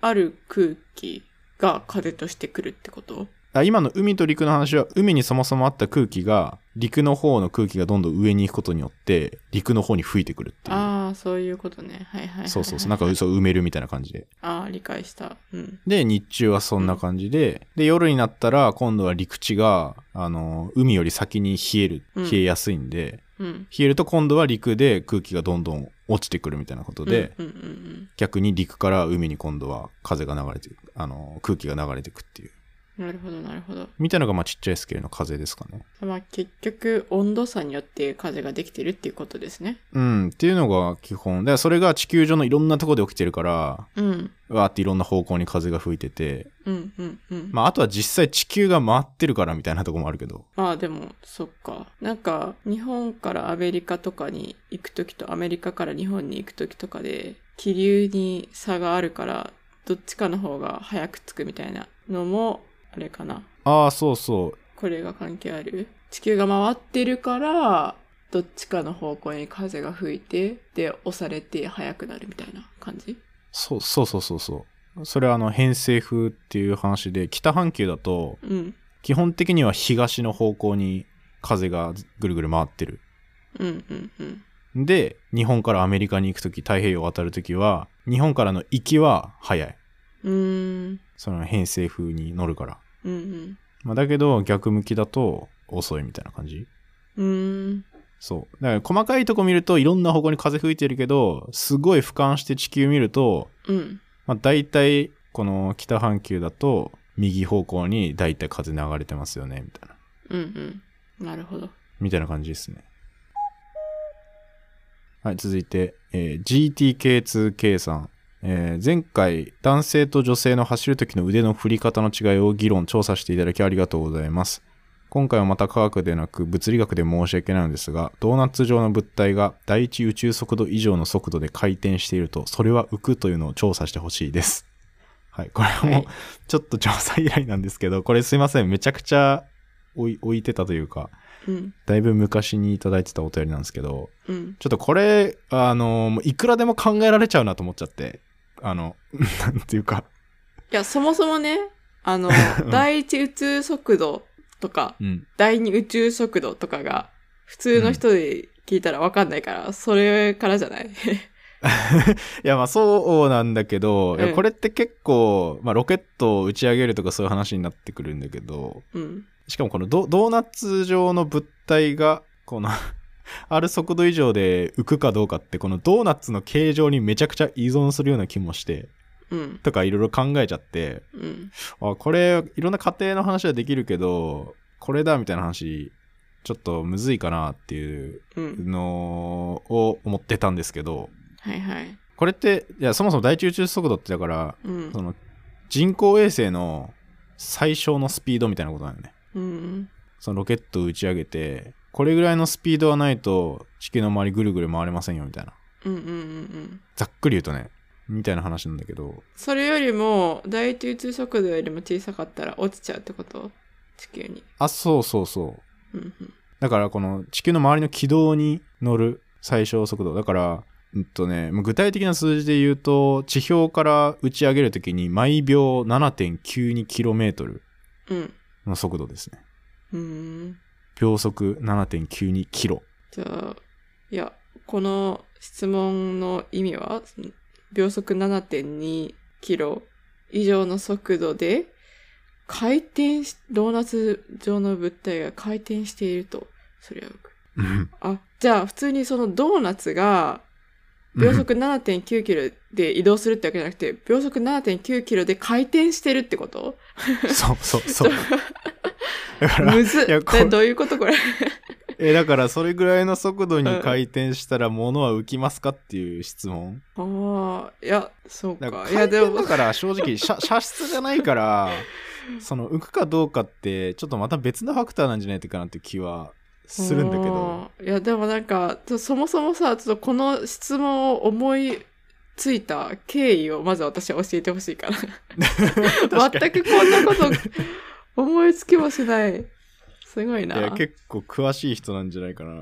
Speaker 1: ある空気が風として来るってこと
Speaker 2: あ今の海と陸の話は海にそもそもあった空気が陸の方の空気がどんどん上に行くことによって陸の方に吹いてくるっていう
Speaker 1: ああ、そういうことね。はいはいはいはい。
Speaker 2: そうそうそうなんか嘘を埋めるみたいな感じで
Speaker 1: ああ、理解した。うん。
Speaker 2: で、日中はそんな感じで、で、夜になったら、今度は陸地が、あの、海より先に冷える、
Speaker 1: うん
Speaker 2: 冷えやすいんで、
Speaker 1: うん。
Speaker 2: 冷えると今度は陸で空気がどんどん落ちてくるみたいなことで、
Speaker 1: うんうんうん
Speaker 2: 逆に陸から海に今度は風が流れて、あの、空気が流れてくっていう
Speaker 1: なるほど、なるほど。
Speaker 2: みたいなのがまあちっちゃいスケールの風ですかね。
Speaker 1: まあ結局、温度差によって風ができてるっていうことですね。
Speaker 2: うん、っていうのが基本。で、それが地球上のいろんなとこで起きてるから、
Speaker 1: うん。
Speaker 2: わーっていろんな方向に風が吹いてて、
Speaker 1: うんうんうん。
Speaker 2: まああとは実際地球が回ってるからみたいなとこもあるけど。
Speaker 1: まあでも、そっか。なんか、日本からアメリカとかに行くときとアメリカから日本に行くときとかで、気流に差があるから、どっちかの方が早く着くみたいなのも、あれかな。
Speaker 2: ああ、そうそう。
Speaker 1: これが関係ある地球が回ってるから、どっちかの方向に風が吹いて、で、押されて速くなるみたいな感じ
Speaker 2: そうそうそうそうそう。それはあの偏西風っていう話で、北半球だと
Speaker 1: うん。
Speaker 2: 基本的には東の方向に風がぐるぐる回ってる。
Speaker 1: うんうんうん。
Speaker 2: で、日本からアメリカに行くとき、太平洋を渡るときは、日本からの行きは早い。
Speaker 1: うーん。
Speaker 2: その偏西風に乗るから。
Speaker 1: うんうん。
Speaker 2: まあ、だけど逆向きだと遅いみたいな感じ
Speaker 1: うーん。
Speaker 2: そう。だから細かいとこ見るといろんな方向に風吹いてるけど、すごい俯瞰して地球見ると、
Speaker 1: うん。
Speaker 2: まあ、大体この北半球だと右方向に大体風流れてますよね、みたいな。
Speaker 1: うんうん。なるほど。
Speaker 2: みたいな感じですね。はい、続いて、えー GTK2K さん。えー前回、男性と女性の走る時の腕の振り方の違いを議論、調査していただきありがとうございます。今回はまた科学でなく物理学で申し訳ないのですが、ドーナツ状の物体が第一宇宙速度以上の速度で回転していると、それは浮くというのを調査してほしいです。はい、これは
Speaker 1: は
Speaker 2: もう
Speaker 1: い
Speaker 2: ちょっと調査依頼なんですけど、これすいません、めちゃくちゃ置い置いてたというか、
Speaker 1: うん。
Speaker 2: だいぶ昔にいただいてたお便りなんですけど、
Speaker 1: うん。
Speaker 2: ちょっとこれ、あの、もういくらでも考えられちゃうなと思っちゃって、あの、 なんていうか、
Speaker 1: いや、そもそもね、あの、第一宇宙速度とか、
Speaker 2: うん。
Speaker 1: 第二宇宙速度とかが、普通の人で聞いたらわかんないから、それからじゃない
Speaker 2: いや、まあそうなんだけど、いや
Speaker 1: うん
Speaker 2: これって結構、まあロケットを打ち上げるとかそういう話になってくるんだけど、
Speaker 1: うん。
Speaker 2: しかもこのドドーナツ状の物体が、この、 ある速度以上で浮くかどうかって、このドーナツの形状にめちゃくちゃ依存するような気もして、
Speaker 1: うん。
Speaker 2: とかいろいろ考えちゃって、
Speaker 1: うん。
Speaker 2: あこれいろんな家庭の話はできるけどこれだみたいな話ちょっとむずいかなっていう
Speaker 1: うん。
Speaker 2: のを思ってたんですけど
Speaker 1: はいはい。
Speaker 2: これっていやそもそも第一宇宙速度ってだから
Speaker 1: うん
Speaker 2: そ。の人工衛星の最小のスピードみたいなことなんだよね
Speaker 1: うん。
Speaker 2: そのロケットを打ち上げてこれぐらいのスピードはないと地球の周りぐるぐる回れませんよみたいな
Speaker 1: うんうんうんうん。
Speaker 2: ざっくり言うとねみたいな話なんだけど
Speaker 1: それよりも、第一宇宙速度よりも小さかったら落ちちゃうってこと地球に。
Speaker 2: あそうそうそう
Speaker 1: うん
Speaker 2: だからこの地球の周りの軌道に乗る最小速度だから、うんとね、まあ具体的な数字で言うと地表から打ち上げるときに毎秒 7.92km
Speaker 1: うん。うん。
Speaker 2: の速度ですね
Speaker 1: うーん。
Speaker 2: 秒速 7.92km
Speaker 1: じゃあ、いや、この質問の意味は、その秒速7.2キロ以上の速度で、回転し、ドーナツ状の物体が回転していると。それはよく。あ、じゃあ普通にそのドーナツが、秒 速7.9キロで移動するってわけじゃなくて、秒速7.9キロで回転してるってこと
Speaker 2: そうそうそうだから
Speaker 1: むずっ
Speaker 2: いやこ
Speaker 1: えどういうことこれ。
Speaker 2: えだからそれぐらいの速度に回転したら物は浮きますかっていう質問
Speaker 1: ああ、いや、そう
Speaker 2: だか
Speaker 1: か。
Speaker 2: ら
Speaker 1: いや、
Speaker 2: 回
Speaker 1: で
Speaker 2: 転
Speaker 1: も
Speaker 2: だ、から正直射射出じゃないからその浮くかどうかってちょっとまた別のファクターなんじゃないかなって気はするんだけど
Speaker 1: うん。いや、でもなんか、ちょそもそもさ、ちょっとこの質問を思いついた経緯をまず私は教えてほしいから。
Speaker 2: 確か
Speaker 1: 全
Speaker 2: に
Speaker 1: くこんなこと思いつきもしない。すごい
Speaker 2: いや
Speaker 1: な。
Speaker 2: 結構詳しい人なんじゃないかない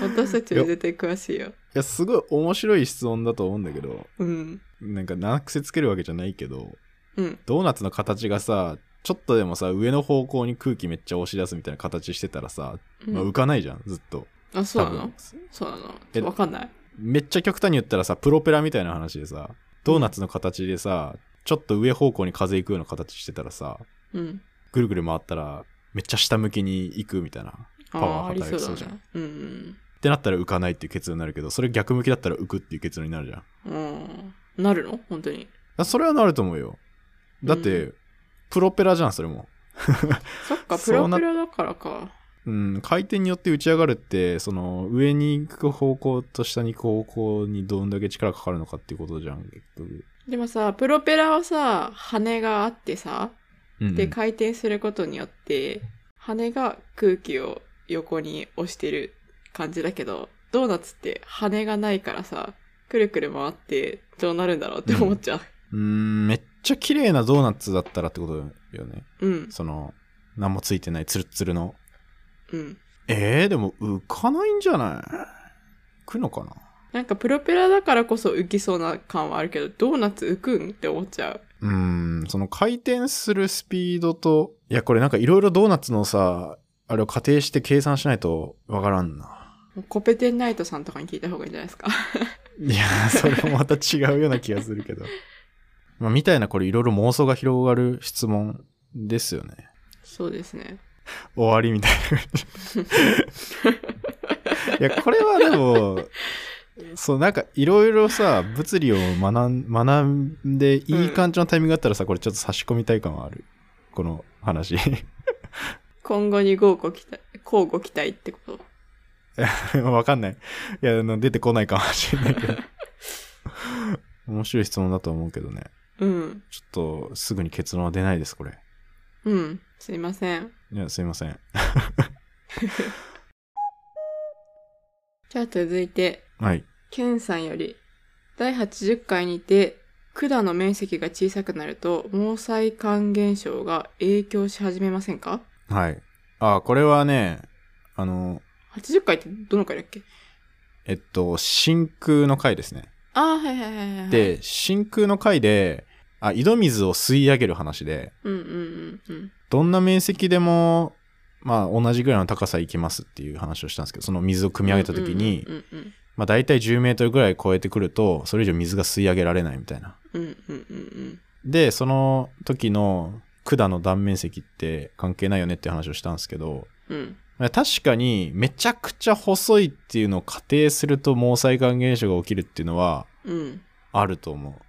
Speaker 1: 私たちより絶対詳しいよ。
Speaker 2: やすごい面白い質問だと思うんだけど
Speaker 1: うん。
Speaker 2: なんかなくせつけるわけじゃないけど
Speaker 1: うん。
Speaker 2: ドーナツの形がさちょっとでもさ上の方向に空気めっちゃ押し出すみたいな形してたらさ、
Speaker 1: うん
Speaker 2: まあ、浮かないじゃんずっと
Speaker 1: あ、そうなの
Speaker 2: 多分
Speaker 1: そうなの
Speaker 2: え
Speaker 1: わかんない。
Speaker 2: めっちゃ極端に言ったらさプロペラみたいな話でさドーナツの形でさちょっと上方向に風行くような形してたらさ
Speaker 1: うん。
Speaker 2: ぐるぐる回ったらめっちゃ下向きに行くみたいなっパ
Speaker 1: あ
Speaker 2: ワ
Speaker 1: あー、
Speaker 2: ー
Speaker 1: あり
Speaker 2: 働き
Speaker 1: そ
Speaker 2: そう
Speaker 1: う
Speaker 2: じ
Speaker 1: だ
Speaker 2: ゃん
Speaker 1: ね。うん。
Speaker 2: てなったら浮かないっていう結論になるけどそれ逆向きだったら浮くっていう結論になるじゃんだか
Speaker 1: うん。なるの本当に。
Speaker 2: らそれはなると思うよだって、
Speaker 1: う
Speaker 2: プロペラじゃん、それも。
Speaker 1: そっか、プ
Speaker 2: そ
Speaker 1: ロ
Speaker 2: うな
Speaker 1: ペラだからか。
Speaker 2: うん、回転によって打ち上がるって、その、上に行く方向と下に行く方向にどんだけ力かかるのかっていうことじゃん、結局。
Speaker 1: でもさ、プロペラはさ、羽があってさ、
Speaker 2: うんうん
Speaker 1: で、回転することによって、羽が空気を横に押してる感じだけど、ドーナツって羽がないからさ、くるくる回ってどうなるんだろうって思っちゃ
Speaker 2: うーん、めっちゃ綺麗なドーナツだったらってことよね。
Speaker 1: う。うん、
Speaker 2: その、何もついてないツルッツルの。
Speaker 1: うん。
Speaker 2: えー、でも浮かないんじゃない浮くのかな
Speaker 1: なんかプロペラだからこそ浮きそうな感はあるけど、ドーナツ浮くんって思っちゃう。
Speaker 2: うーん、その回転するスピードと、いや、これなんかいろいろドーナツのさ、あれを仮定して計算しないとわからんな。
Speaker 1: もうコペテンナイトさんとかに聞いた方がいいんじゃないですか。
Speaker 2: いやー、それもまた違うような気がするけど。 まあ、みたいな、これいろいろ妄想が広がる質問ですよね。
Speaker 1: そうですね。
Speaker 2: 終わりみたい な。いや、これはでも、そう、なんかいろいろさ、物理を学ん学んで、いい感じのタイミングがあったらさ、これちょっと差し込みたい感はある。この話。
Speaker 1: 今後に豪語期待、交互期待ってこと。
Speaker 2: わかんない。いや、あの出てこないかもしれないけど。 面白い質問だと思うけどね。
Speaker 1: うん。
Speaker 2: ちょっと、すぐに結論は出ないです、これ。
Speaker 1: うん。すいません。
Speaker 2: いや、すいません。
Speaker 1: じゃあ続いて、
Speaker 2: はい。
Speaker 1: ケンさんより、第80回にて、管の面積が小さくなると、毛細管現象が影響し始めませんか
Speaker 2: はい。あ、これはね、あの、
Speaker 1: ?80 回ってどの回だっけ
Speaker 2: えっと、真空の回ですね。
Speaker 1: ああ、はいはいはいはい。、
Speaker 2: で、真空の回で、あ、井戸水を吸い上げる話で、
Speaker 1: うんうんうんうん。
Speaker 2: どんな面積でも、まあ、同じぐらいの高さ行きますっていう話をしたんですけど、その水を汲み上げた時に、
Speaker 1: うんうん
Speaker 2: まあ、大体10メートルぐらい超えてくると、それ以上水が吸い上げられないみたいな。
Speaker 1: うんうんうんうん
Speaker 2: で、その時の管の断面積って関係ないよねって話をしたんですけど、
Speaker 1: うんうん。
Speaker 2: まあ確かにめちゃくちゃ細いっていうのを仮定すると毛細管現象が起きるっていうのは
Speaker 1: うん。
Speaker 2: あると思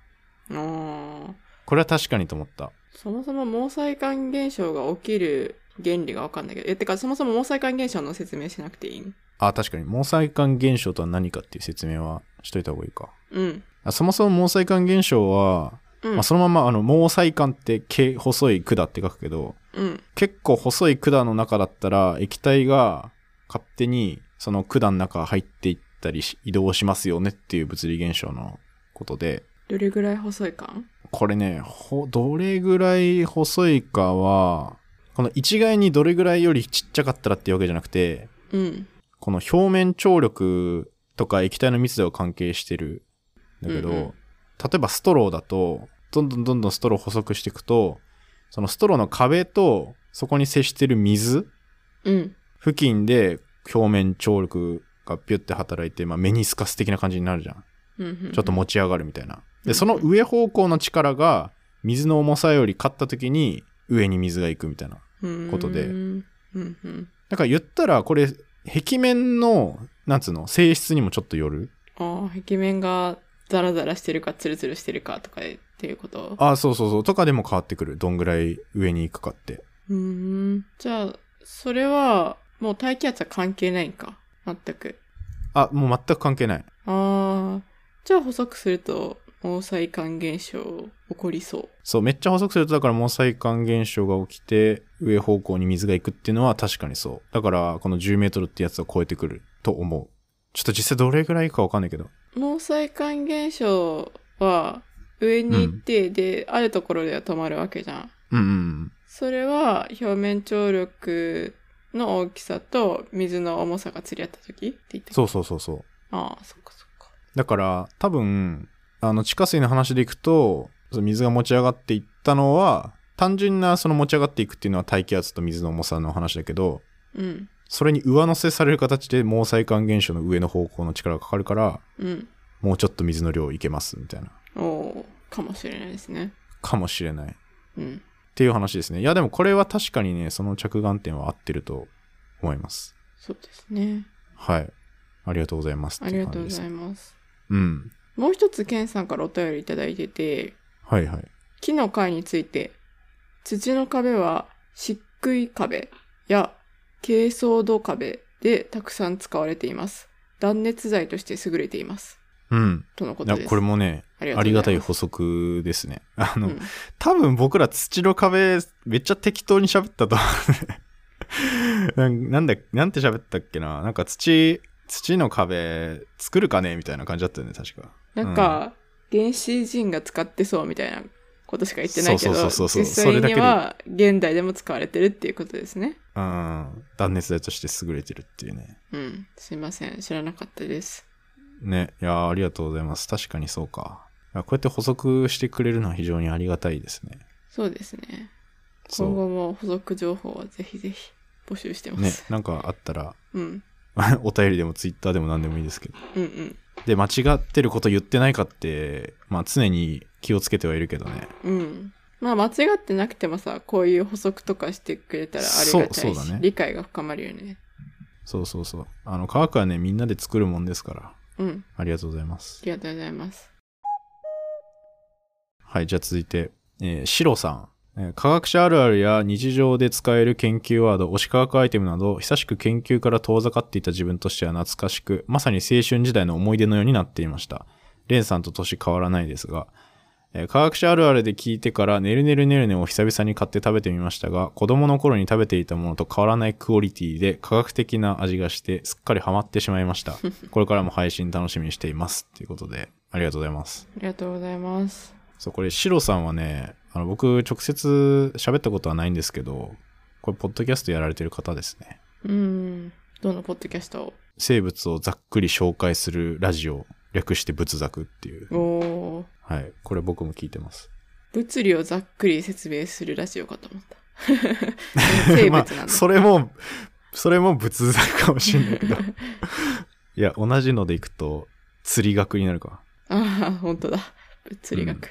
Speaker 2: う。
Speaker 1: うん。ああ。
Speaker 2: これは確かにと思った。
Speaker 1: そもそも毛細管現象が起きる原理がわかんないけど、え、てかそもそも毛細管現象の説明しなくていいん
Speaker 2: あ、確かに毛細管現象とは何かっていう説明はしといた方がいいか。
Speaker 1: うん。
Speaker 2: あそもそも毛細管現象は、
Speaker 1: うん。
Speaker 2: まあ、そのままあの毛細管って毛細い管って書くけど、
Speaker 1: うん。
Speaker 2: 結構細い管の中だったら液体が勝手にその管の中入っていったりし移動しますよねっていう物理現象のことで、
Speaker 1: どれぐらい細い管
Speaker 2: これね、ほ、どれぐらい細いかは、この一概にどれぐらいよりちっちゃかったらっていうわけじゃなくて、
Speaker 1: うん。
Speaker 2: この表面張力とか液体の密度が関係してるんだけど、
Speaker 1: うんうん
Speaker 2: 例えばストローだと、どんどんどんどんストロー細くしていくと、そのストローの壁とそこに接してる水
Speaker 1: うん。
Speaker 2: 付近で表面張力がピュッて働いて、まあ、メニスカス的な感じになるじゃん。
Speaker 1: うんうん、
Speaker 2: ちょっと持ち上がるみたいな。
Speaker 1: う
Speaker 2: で、
Speaker 1: ん
Speaker 2: その上方向の力が水の重さより勝った時に上に水が行くみたいな。ことで
Speaker 1: うんうんうん。
Speaker 2: だから言ったらこれ壁面の、なんつうの、性質にもちょっとよる。
Speaker 1: ああ、壁面がザラザラしてるかツルツルしてるかとかっていうこと
Speaker 2: ああ、そうそうそう。とかでも変わってくる。どんぐらい上に行くかって。
Speaker 1: うーん。じゃあ、それは、もう大気圧は関係ないんか。全く。
Speaker 2: あ、もう全く関係ない。
Speaker 1: ああ。じゃあ、細くすると、毛細管現象起こりそう。
Speaker 2: そう、めっちゃ細くすると、だから毛細管現象が起きて、上方向に水が行くっていうのは確かにそう。だから、この10メートルってやつを超えてくると思う。ちょっと実際どれぐらいかわかんないけど。
Speaker 1: 毛細管現象は、上に行って、で、あるところでは止まるわけじゃん。
Speaker 2: うんうん
Speaker 1: それは、表面張力の大きさと水の重さが釣り合った時って言
Speaker 2: うん。
Speaker 1: った。
Speaker 2: そううそうそうそう。
Speaker 1: ああ、そっかそっか。
Speaker 2: だから、多分、あの、地下水の話でいくと、その水が持ち上がっていったのは、単純なその持ち上がっていくっていうのは大気圧と水の重さの話だけど、
Speaker 1: うん。
Speaker 2: それに上乗せされる形で毛細管現象の上の方向の力がかかるから、
Speaker 1: うん。
Speaker 2: もうちょっと水の量いけます、みたいな。
Speaker 1: おーかもしれないですね。
Speaker 2: かもしれない。っ
Speaker 1: うん。
Speaker 2: ていう話ですね。いや、でもこれは確かにね、その着眼点は合ってると思います。
Speaker 1: そうですね。
Speaker 2: はい。ありがとうございます
Speaker 1: ありがとうござ
Speaker 2: ま
Speaker 1: います。
Speaker 2: す。うん。
Speaker 1: もう一つ、ケンさんからお便りいただいてて、
Speaker 2: はいはい。
Speaker 1: 木の会について、土の壁は漆喰壁や珪藻土壁でたくさん使われています。断熱材として優れています。
Speaker 2: うん。
Speaker 1: とのこ
Speaker 2: い
Speaker 1: と
Speaker 2: や
Speaker 1: です。
Speaker 2: これもね、
Speaker 1: あり
Speaker 2: ありがたい
Speaker 1: ます
Speaker 2: 補足ですね。あの、
Speaker 1: うん
Speaker 2: 多分僕ら土の壁めっちゃ適当に喋ったと思うなんなんだ、なんて喋ったっけな。なんか土、土の壁作るかねみたいな感じだったよね、確か。
Speaker 1: なんか、原始人が使ってそうみたいなことしか言ってないけど、
Speaker 2: そうそうそうそう
Speaker 1: 実
Speaker 2: そ
Speaker 1: 際
Speaker 2: れだけ
Speaker 1: に
Speaker 2: で
Speaker 1: は現代でも使われてるっていうことですね。
Speaker 2: うん。断熱材として優れてるっていうね。
Speaker 1: うん。すいません。知らなかったです。
Speaker 2: ね。いやー、ありがとうございます。確かにそうか。いやこうやって補足してくれるのは非常にありがたいですね。
Speaker 1: そうですね。
Speaker 2: そう
Speaker 1: 今後も補足情報はぜひぜひ募集してま
Speaker 2: ね
Speaker 1: す。。
Speaker 2: なんかあったら、
Speaker 1: うん。
Speaker 2: お便りでもツイッターでも何でもいいですけど。
Speaker 1: うんうん。
Speaker 2: で、間違ってること言ってないかって、まあ常に気をつけてはいるけどね。
Speaker 1: うん。まあ間違ってなくてもさ、こういう補足とかしてくれたらありがたい
Speaker 2: そうそう
Speaker 1: し、
Speaker 2: だね
Speaker 1: 理解が深まるよね。
Speaker 2: そうそうそう。あの、科学はね、みんなで作るもんですから。
Speaker 1: うん。
Speaker 2: ありがとうございま
Speaker 1: あ
Speaker 2: す。
Speaker 1: りがとうございます。
Speaker 2: はい、じゃあ続いて、えー、シロさん。えー科学者あるあるや日常で使える研究ワード、推し科学アイテムなど、久しく研究から遠ざかっていた自分としては懐かしく、まさに青春時代の思い出のようになっていました。レンさんと年変わらないですが、えー科学者あるあるで聞いてから、ねるねるねるねを久々に買って食べてみましたが、子供の頃に食べていたものと変わらないクオリティで、科学的な味がして、すっかりハマってしまいました。これからも配信楽しみにしています。ということで、ありがとうございます。
Speaker 1: ありがとうございます。
Speaker 2: そう、これ、シロさんはね、あの、僕、直接喋ったことはないんですけど、これ、ポッドキャストやられてる方ですね。
Speaker 1: うん。どのポッドキャスト
Speaker 2: 生物をざっくり紹介するラジオ、略して仏作っていう。
Speaker 1: をおー。
Speaker 2: はい。これ、僕も聞いてます。
Speaker 1: 物理をざっくり説明するラジオかと 思った。生物なんだ。
Speaker 2: まあ、それも、それも仏作かもしれないけ ど。いや、同じのでいくと、釣り学になるか。
Speaker 1: ああ、本当だ。物理学。
Speaker 2: い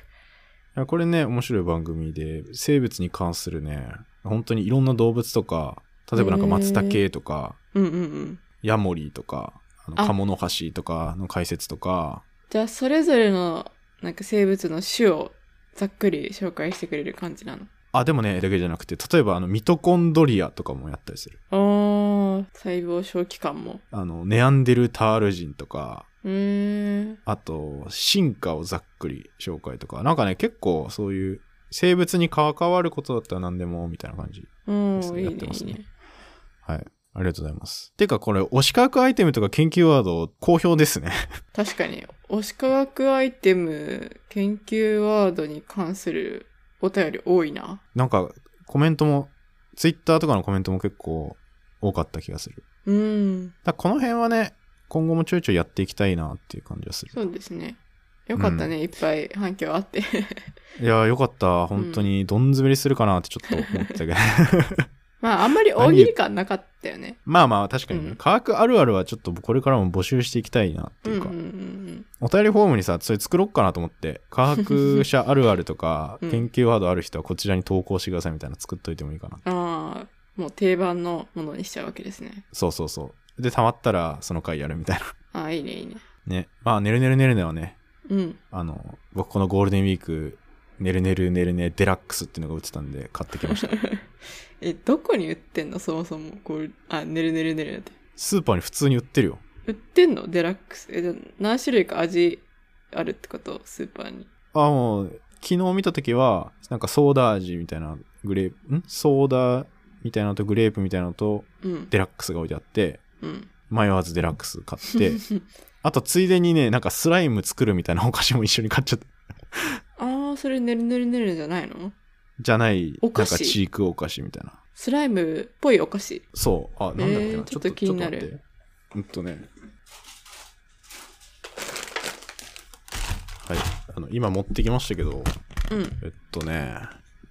Speaker 2: やこれね、面白い番組で、生物に関するね、本当にいろんな動物とか、例えばなんか松茸とか、
Speaker 1: うん、うん、うん。
Speaker 2: ヤモリとか、あの
Speaker 1: あ
Speaker 2: カモノハシとかの解説とか、
Speaker 1: じゃあ、それぞれの、なんか生物の種をざっくり紹介してくれる感じなの。
Speaker 2: あ、でもね、だけじゃなくて、例えばあのミトコンドリアとかもやったりする。
Speaker 1: ああ、細胞小器官も。
Speaker 2: あの、ネアンデルタール人とか、
Speaker 1: うーん。
Speaker 2: あと、進化をざっくり紹介とか、なんかね、結構そういう生物に関わることだったら何でも、みたいな感じ。
Speaker 1: うん、
Speaker 2: そう
Speaker 1: いい
Speaker 2: やっ
Speaker 1: ね
Speaker 2: て、ま
Speaker 1: い
Speaker 2: す
Speaker 1: い
Speaker 2: ね
Speaker 1: ね。
Speaker 2: はい。ありがとうございます。てか、これ、推し科学アイテムとか研究ワード、好評ですね。
Speaker 1: 確かに、推し科学アイテム、研究ワードに関するお便り多いな。
Speaker 2: なんか、コメントも、ツイッターとかのコメントも結構多かった気がする。
Speaker 1: うん、
Speaker 2: だからこの辺はね、今後もちょいちょいやっていきたいなっていう感じがする。
Speaker 1: そうですね。よかったね、いっぱい反響あって。
Speaker 2: いやーよかった。本当にどん詰めりするかなってちょっと思ってたけ ど。
Speaker 1: まあ、あんまり大喜利感なかったよね。
Speaker 2: まあまあ確かにね、
Speaker 1: うん
Speaker 2: 科学あるあるはちょっとこれからも募集していきたいなっていうか、
Speaker 1: うんうんうん
Speaker 2: お便りフォームにさ、それ作ろうかなと思って、科学者あるあると か、
Speaker 1: うん
Speaker 2: 研究ワードある人はこちらに投稿してくださいみたいなの作っといてもいいかな。
Speaker 1: うん、ああ、もう定番のものにしちゃうわけですね。
Speaker 2: そうそうそう。で、溜まったらその回やるみたいな。
Speaker 1: ああ、いいね、いいね。
Speaker 2: ね。まあ、ねるねるねるねはね、
Speaker 1: うん。
Speaker 2: あの、僕このゴールデンウィーク、ねるねるねるねデラックスっていうのが売ってたんで買ってきました。
Speaker 1: え、どこに売ってんのそもそも。こう、あ、ねるねるねるって。
Speaker 2: スーパーに普通に売ってるよ。
Speaker 1: 売ってんのデラックス。え、じゃあ何種類か味あるってことスーパーに。
Speaker 2: あ、もう、昨日見たときは、なんかソーダ味みたいな、グレープ、んソーダみたいなのとグレープみたいなのと、
Speaker 1: うん。
Speaker 2: デラックスが置いてあって、
Speaker 1: うん。
Speaker 2: 迷わずデラックス買って、あとついでにね、なんかスライム作るみたいなお菓子も一緒に買っちゃった。
Speaker 1: ああ、それねるねるねるじゃないの
Speaker 2: じゃない、な
Speaker 1: お
Speaker 2: んか
Speaker 1: 菓子
Speaker 2: チークお菓子みたいな。
Speaker 1: スライムっぽいお菓子。
Speaker 2: そう。あ、なんだっけな、
Speaker 1: えーちょっと気になる
Speaker 2: ちょっと待ってうんとね。はい。あの、今持ってきましたけど、
Speaker 1: うん。
Speaker 2: えっとね、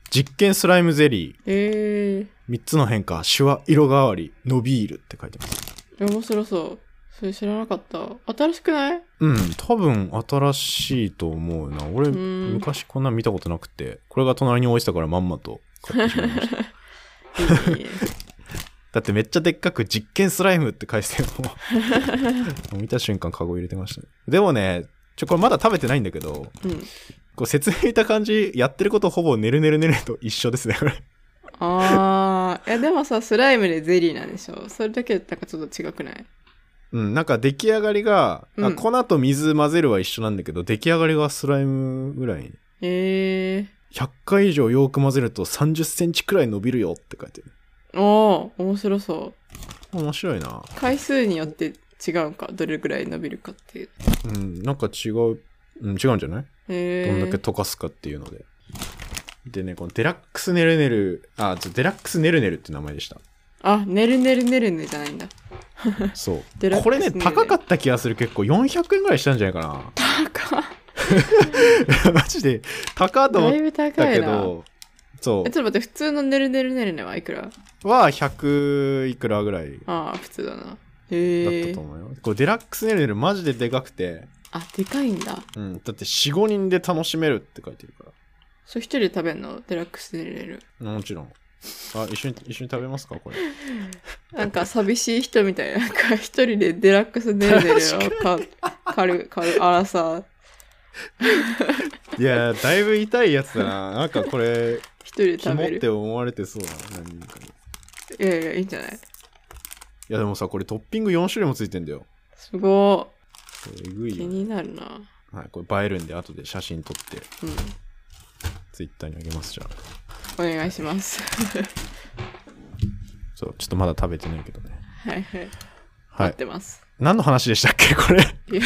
Speaker 2: 実験スライムゼリー。
Speaker 1: え
Speaker 2: 3つの変化、シワ、色変わり、伸びるって書いてます。
Speaker 1: え面白そう。それ知らなかった。新しくない
Speaker 2: うん、多分新しいと思うな。俺、
Speaker 1: うん
Speaker 2: 昔こんなん見たことなくて、これが隣に置いてたからまんまと買ってしまいま した。
Speaker 1: いい ね。
Speaker 2: だってめっちゃでっかく実験スライムって書いてたよ。 もう見た瞬間カゴ入れてましたね。でもね、ちょ、これまだ食べてないんだけど、
Speaker 1: うん。
Speaker 2: こう説明いた感じ、やってることほぼねるねるねると一緒ですね、これ。
Speaker 1: ああ、いやでもさ、スライムでゼリーなんでしょそれだけなんかちょっと違くない
Speaker 2: うん、なんか出来上がりが、あ
Speaker 1: うん
Speaker 2: 粉と水混ぜるは一緒なんだけど、出来上がりがスライムぐらいに。
Speaker 1: え
Speaker 2: 100回以上よく混ぜると30センチくらい伸びるよって書いてる。
Speaker 1: えー。おお面白そう。
Speaker 2: 面白いな。
Speaker 1: 回数によって違うんかどれぐらい伸びるかっていう。
Speaker 2: うん、なんか違う、うん、違うんじゃない
Speaker 1: え
Speaker 2: どんだけ
Speaker 1: ー、
Speaker 2: 溶かすかっていうので。でね、このデラックスねるねる、あ、ちょデラックスねるねるって名前で した。
Speaker 1: あ、ねるねるねるねじゃないんだ。
Speaker 2: そう。
Speaker 1: デラックス
Speaker 2: これね、
Speaker 1: ねるね
Speaker 2: 高かった気がする。結構400円ぐらいしたんじゃないか
Speaker 1: 高っ
Speaker 2: な。 マジで、高っと思
Speaker 1: だ
Speaker 2: っ
Speaker 1: いぶ
Speaker 2: た
Speaker 1: 高い
Speaker 2: け
Speaker 1: な。
Speaker 2: ど、そ
Speaker 1: え、ちょっと待って、普通のねるねるねるねはいくら
Speaker 2: う。は、100いくらぐらい
Speaker 1: ああ、普通だな。
Speaker 2: だっ
Speaker 1: へえ
Speaker 2: たと思うよ。こうデラックスねるねるマジででかくて、
Speaker 1: あ、でかいんだ。
Speaker 2: うん、だって4、5人で楽しめるって書いてるから。
Speaker 1: そう、一人で食べんのデラックスで入れる。
Speaker 2: もちろん。あ、一緒に、一緒に食べますかこれ。
Speaker 1: なんか、寂しい人みたいな。なんか、一人でデラックスで入れるをか、かる、かる、あらさ、
Speaker 2: いやー、だいぶ痛いやつだな。なんかこれ、
Speaker 1: 一人で
Speaker 2: キ
Speaker 1: 食
Speaker 2: モっ
Speaker 1: べ
Speaker 2: て
Speaker 1: る。
Speaker 2: 思われてそうだな、何人かに。い
Speaker 1: いやいや、いいんじゃない
Speaker 2: や、でもさ、これトッピング4種類もついてんだよ。
Speaker 1: すご
Speaker 2: これえぐ
Speaker 1: い。
Speaker 2: い
Speaker 1: 気
Speaker 2: よ、ね。
Speaker 1: になるな。
Speaker 2: はい、これ映えるんで、後で写真撮って、
Speaker 1: うん。
Speaker 2: ツイッターにあげます、じゃあ。
Speaker 1: お願いします。
Speaker 2: そう、ちょっとまだ食べてないけどね。
Speaker 1: はいはい。
Speaker 2: は
Speaker 1: 待
Speaker 2: い。
Speaker 1: ってます。
Speaker 2: 何の話でしたっけ これ。
Speaker 1: いや、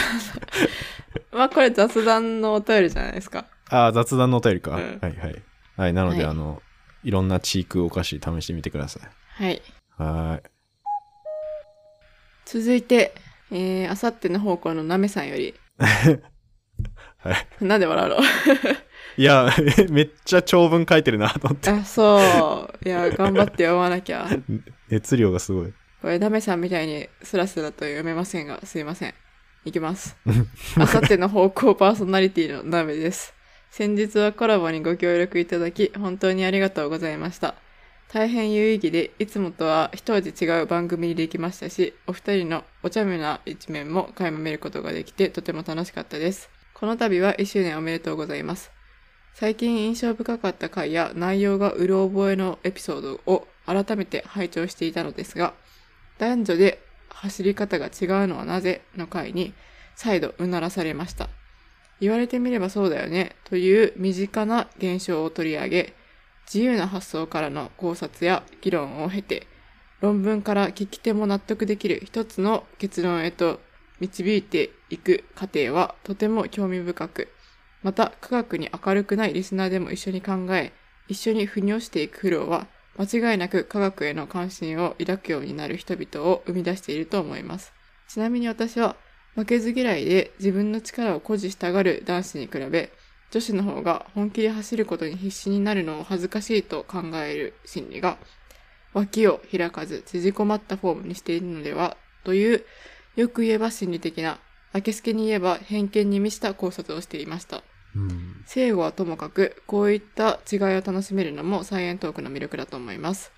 Speaker 1: まあこれ雑談のお便りじゃないですか。
Speaker 2: あー、雑談のお便りか。
Speaker 1: うん
Speaker 2: はいはい。はい、なので、
Speaker 1: はい
Speaker 2: あの、いろんなチークお菓子試してみてください。
Speaker 1: はい。
Speaker 2: はーい。
Speaker 1: 続いて、えー、あさっての方向のなめさん より。
Speaker 2: は
Speaker 1: なんで笑うの
Speaker 2: いや、 めっちゃ長文書いてるなと思って。
Speaker 1: あ、そう。いや、頑張って読まなきゃ。
Speaker 2: 熱量がすごい。
Speaker 1: これ、ダメさんみたいにスラスラと読めませんが、すいません。いきます。あさっての方向パーソナリティのダメです。先日はコラボにご協力いただき、本当にありがとうございました。大変有意義で、いつもとは一味違う番組にできましたし、お二人のお茶目な一面も垣間見ることができて、とても楽しかったです。この度は1周年おめでとうございます。最近印象深かった回や内容がうろ覚えのエピソードを改めて拝聴していたのですが、男女で走り方が違うのはなぜの回に再度うならされました。言われてみればそうだよねという身近な現象を取り上げ、自由な発想からの考察や議論を経て、論文から聞き手も納得できる一つの結論へと導いていく過程はとても興味深く、また科学に明るくないリスナーでも一緒に考え、一緒に腑に落ちていく苦労は間違いなく科学への関心を抱くようになる人々を生み出していると思います。ちなみに私は負けず嫌いで自分の力を誇示したがる男子に比べ、女子の方が本気で走ることに必死になるのを恥ずかしいと考える心理が、脇を開かず縮こまったフォームにしているのではという、よく言えば心理的な、明けすけに言えば偏見に満ちた考察をしていました。
Speaker 2: うん。
Speaker 1: 正語はともかく、こういった違いを楽しめるのもサイエントークの魅力だと思います。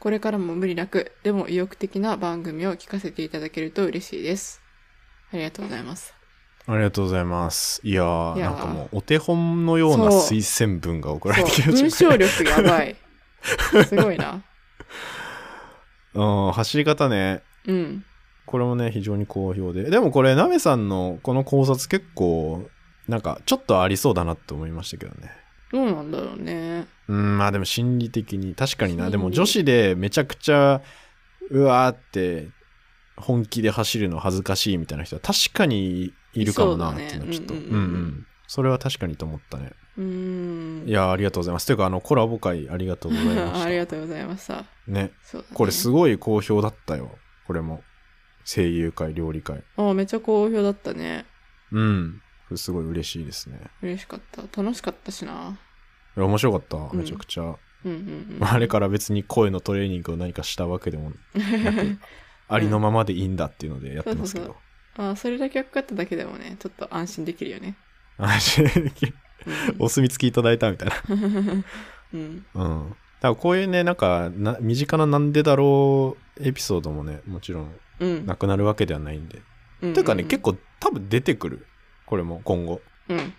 Speaker 1: これからも無理なく、でも意欲的な番組を聞かせていただけると嬉しいです。ありがとうございます。
Speaker 2: ありがとうございます。いやー、
Speaker 1: いやー
Speaker 2: なんかもうお手本のような
Speaker 1: そう
Speaker 2: 推薦文が送られてき
Speaker 1: そう
Speaker 2: ま
Speaker 1: 文
Speaker 2: した。
Speaker 1: 章力やば い。すごいな。
Speaker 2: うん、走り方ね。
Speaker 1: うん。
Speaker 2: これもね、非常に好評で。でもこれ、なめさんのこの考察結構、なんかちょっとありそうだなって思いましたけどね。
Speaker 1: どうなんだろうね。
Speaker 2: うん、まあでも心理的に、確かにな。
Speaker 1: 心理
Speaker 2: でも女子でめちゃくちゃ、うわーって、本気で走るの恥ずかしいみたいな人は確かにいるかもなっていうのはちょっと。
Speaker 1: そう
Speaker 2: ん
Speaker 1: うだね
Speaker 2: う
Speaker 1: うんうんうんうん
Speaker 2: ん。それは確かにと思ったね。
Speaker 1: うーん。
Speaker 2: いやーありがとうございます。というか、あの、コラボ会ありがとうございま
Speaker 1: あり
Speaker 2: し
Speaker 1: がとうございました。
Speaker 2: た。ね。
Speaker 1: そうだね
Speaker 2: これすごい好評だったよ。これも。声優会、料理会。
Speaker 1: あめっちゃ好評だったね。
Speaker 2: うん。これすごい嬉しいですね。
Speaker 1: 嬉しかった。楽しかったしな。
Speaker 2: いや面白かった。
Speaker 1: ん
Speaker 2: めちゃくちゃ。
Speaker 1: うんうんうん。
Speaker 2: あ れから別に声のトレーニングを何かしたわけでもなく、ありのままでいいんだっていうのでやってますけ
Speaker 1: そう
Speaker 2: ど。
Speaker 1: あそれだけ分かっただけでもね、ちょっと安心できるよね。
Speaker 2: あ正直 お墨付きいただいたみたいな。
Speaker 1: うん。 うん
Speaker 2: うん。だからこういうね、なんかな、身近ななんでだろうエピソードもね、もちろん
Speaker 1: うん。
Speaker 2: なくなるわけではないんで。
Speaker 1: うん
Speaker 2: ていうかね、結構多分出てくる。これも今後。
Speaker 1: うん。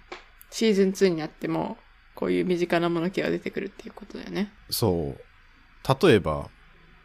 Speaker 1: シーズン2になっても、こういう身近なもの系が出てくるっていうことだよね。
Speaker 2: そう。例えば、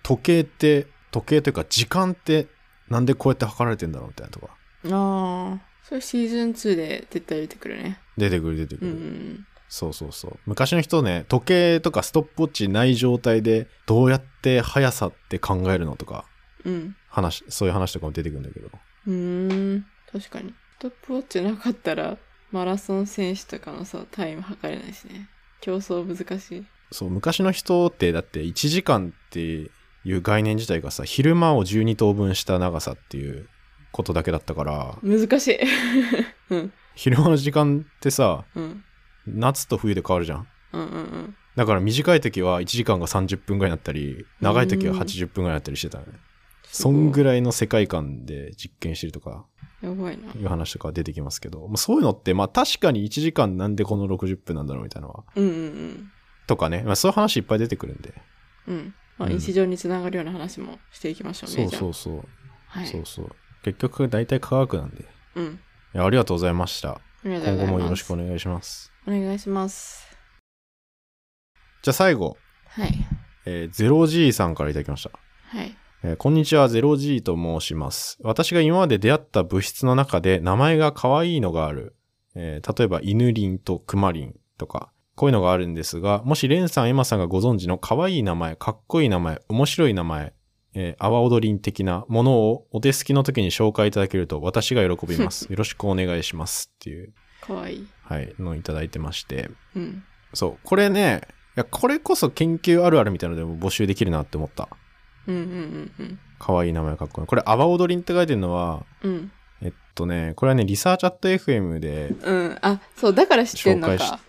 Speaker 2: 時計って、時計というか時間ってなんでこうやって測られてんだろうみたいなとか。
Speaker 1: ああ、それシーズン2で絶対出てくるね。
Speaker 2: 出てくる出てく
Speaker 1: う
Speaker 2: る。
Speaker 1: ん。
Speaker 2: そうそうそう。昔の人ね、時計とかストップウォッチない状態でどうやって速さって考えるのとか、
Speaker 1: うん。
Speaker 2: 話、そういう話とかも出てくるんだけど。
Speaker 1: うーん。確かに。ストップウォッチなかったら、マラソン選手とかのさ、タイム測れないしね。競争難しい。
Speaker 2: そう、昔の人ってだって1時間っていう概念自体がさ、昼間を12等分した長さっていうことだけだったから、
Speaker 1: 難しい。 うん。
Speaker 2: 昼間の時間ってさ、
Speaker 1: うん。
Speaker 2: 夏と冬で変わるじゃん。
Speaker 1: うんうんうん。
Speaker 2: だから短い時は1時間が30分ぐらいになったり、長い時は80分ぐらいになったりしてたのね。そんぐ
Speaker 1: い。
Speaker 2: らいの世界観で実験してるとか
Speaker 1: やばいな。
Speaker 2: いう話とか出てきますけど、まあ、そういうのって、まあ確かに1時間なんでこの60分なんだろうみたいなのは、
Speaker 1: うんうんうん。
Speaker 2: とかね、まあそういう話いっぱい出てくるんで。
Speaker 1: うん。まあ、
Speaker 2: うん
Speaker 1: 日常につながるような話もしていきましょう
Speaker 2: そ
Speaker 1: ね。
Speaker 2: う
Speaker 1: じゃあ
Speaker 2: そうそう。
Speaker 1: はい。
Speaker 2: そうそう。結局大体科学なんで。い
Speaker 1: うん。
Speaker 2: や、ありがとうございました。
Speaker 1: ありがとう
Speaker 2: 今
Speaker 1: ご
Speaker 2: 後
Speaker 1: ざいます。
Speaker 2: もよろしくお願いします。
Speaker 1: お願いします。
Speaker 2: じゃあ最後、
Speaker 1: はい。
Speaker 2: えー、0G さんからいただきました。
Speaker 1: はい。
Speaker 2: えーこんにちは、ゼロ G と申します。私が今まで出会った物質の中で名前が可愛いのがある。えー例えば、犬リンとクマリンとか、こういうのがあるんですが、もしレンさん、エマさんがご存知の可愛い名前、かっこいい名前、面白い名前、えー阿波踊りん的なものをお手すきの時に紹介いただけると私が喜びます。よろしくお願いします。っていう、
Speaker 1: かわいい。
Speaker 2: はい、のをいただいてまして。
Speaker 1: うん。
Speaker 2: そう、これね、いや、これこそ研究あるあるみたいなのでも募集できるなって思った。
Speaker 1: うんうんうん
Speaker 2: 可愛い名前かっこいい。これ、アバオドリンって書いてるのは、
Speaker 1: うん。うん。
Speaker 2: えっとね、これはね、リサーチャット FM で、
Speaker 1: うん。あ、そう、だから知ってんの
Speaker 2: 紹介し
Speaker 1: か。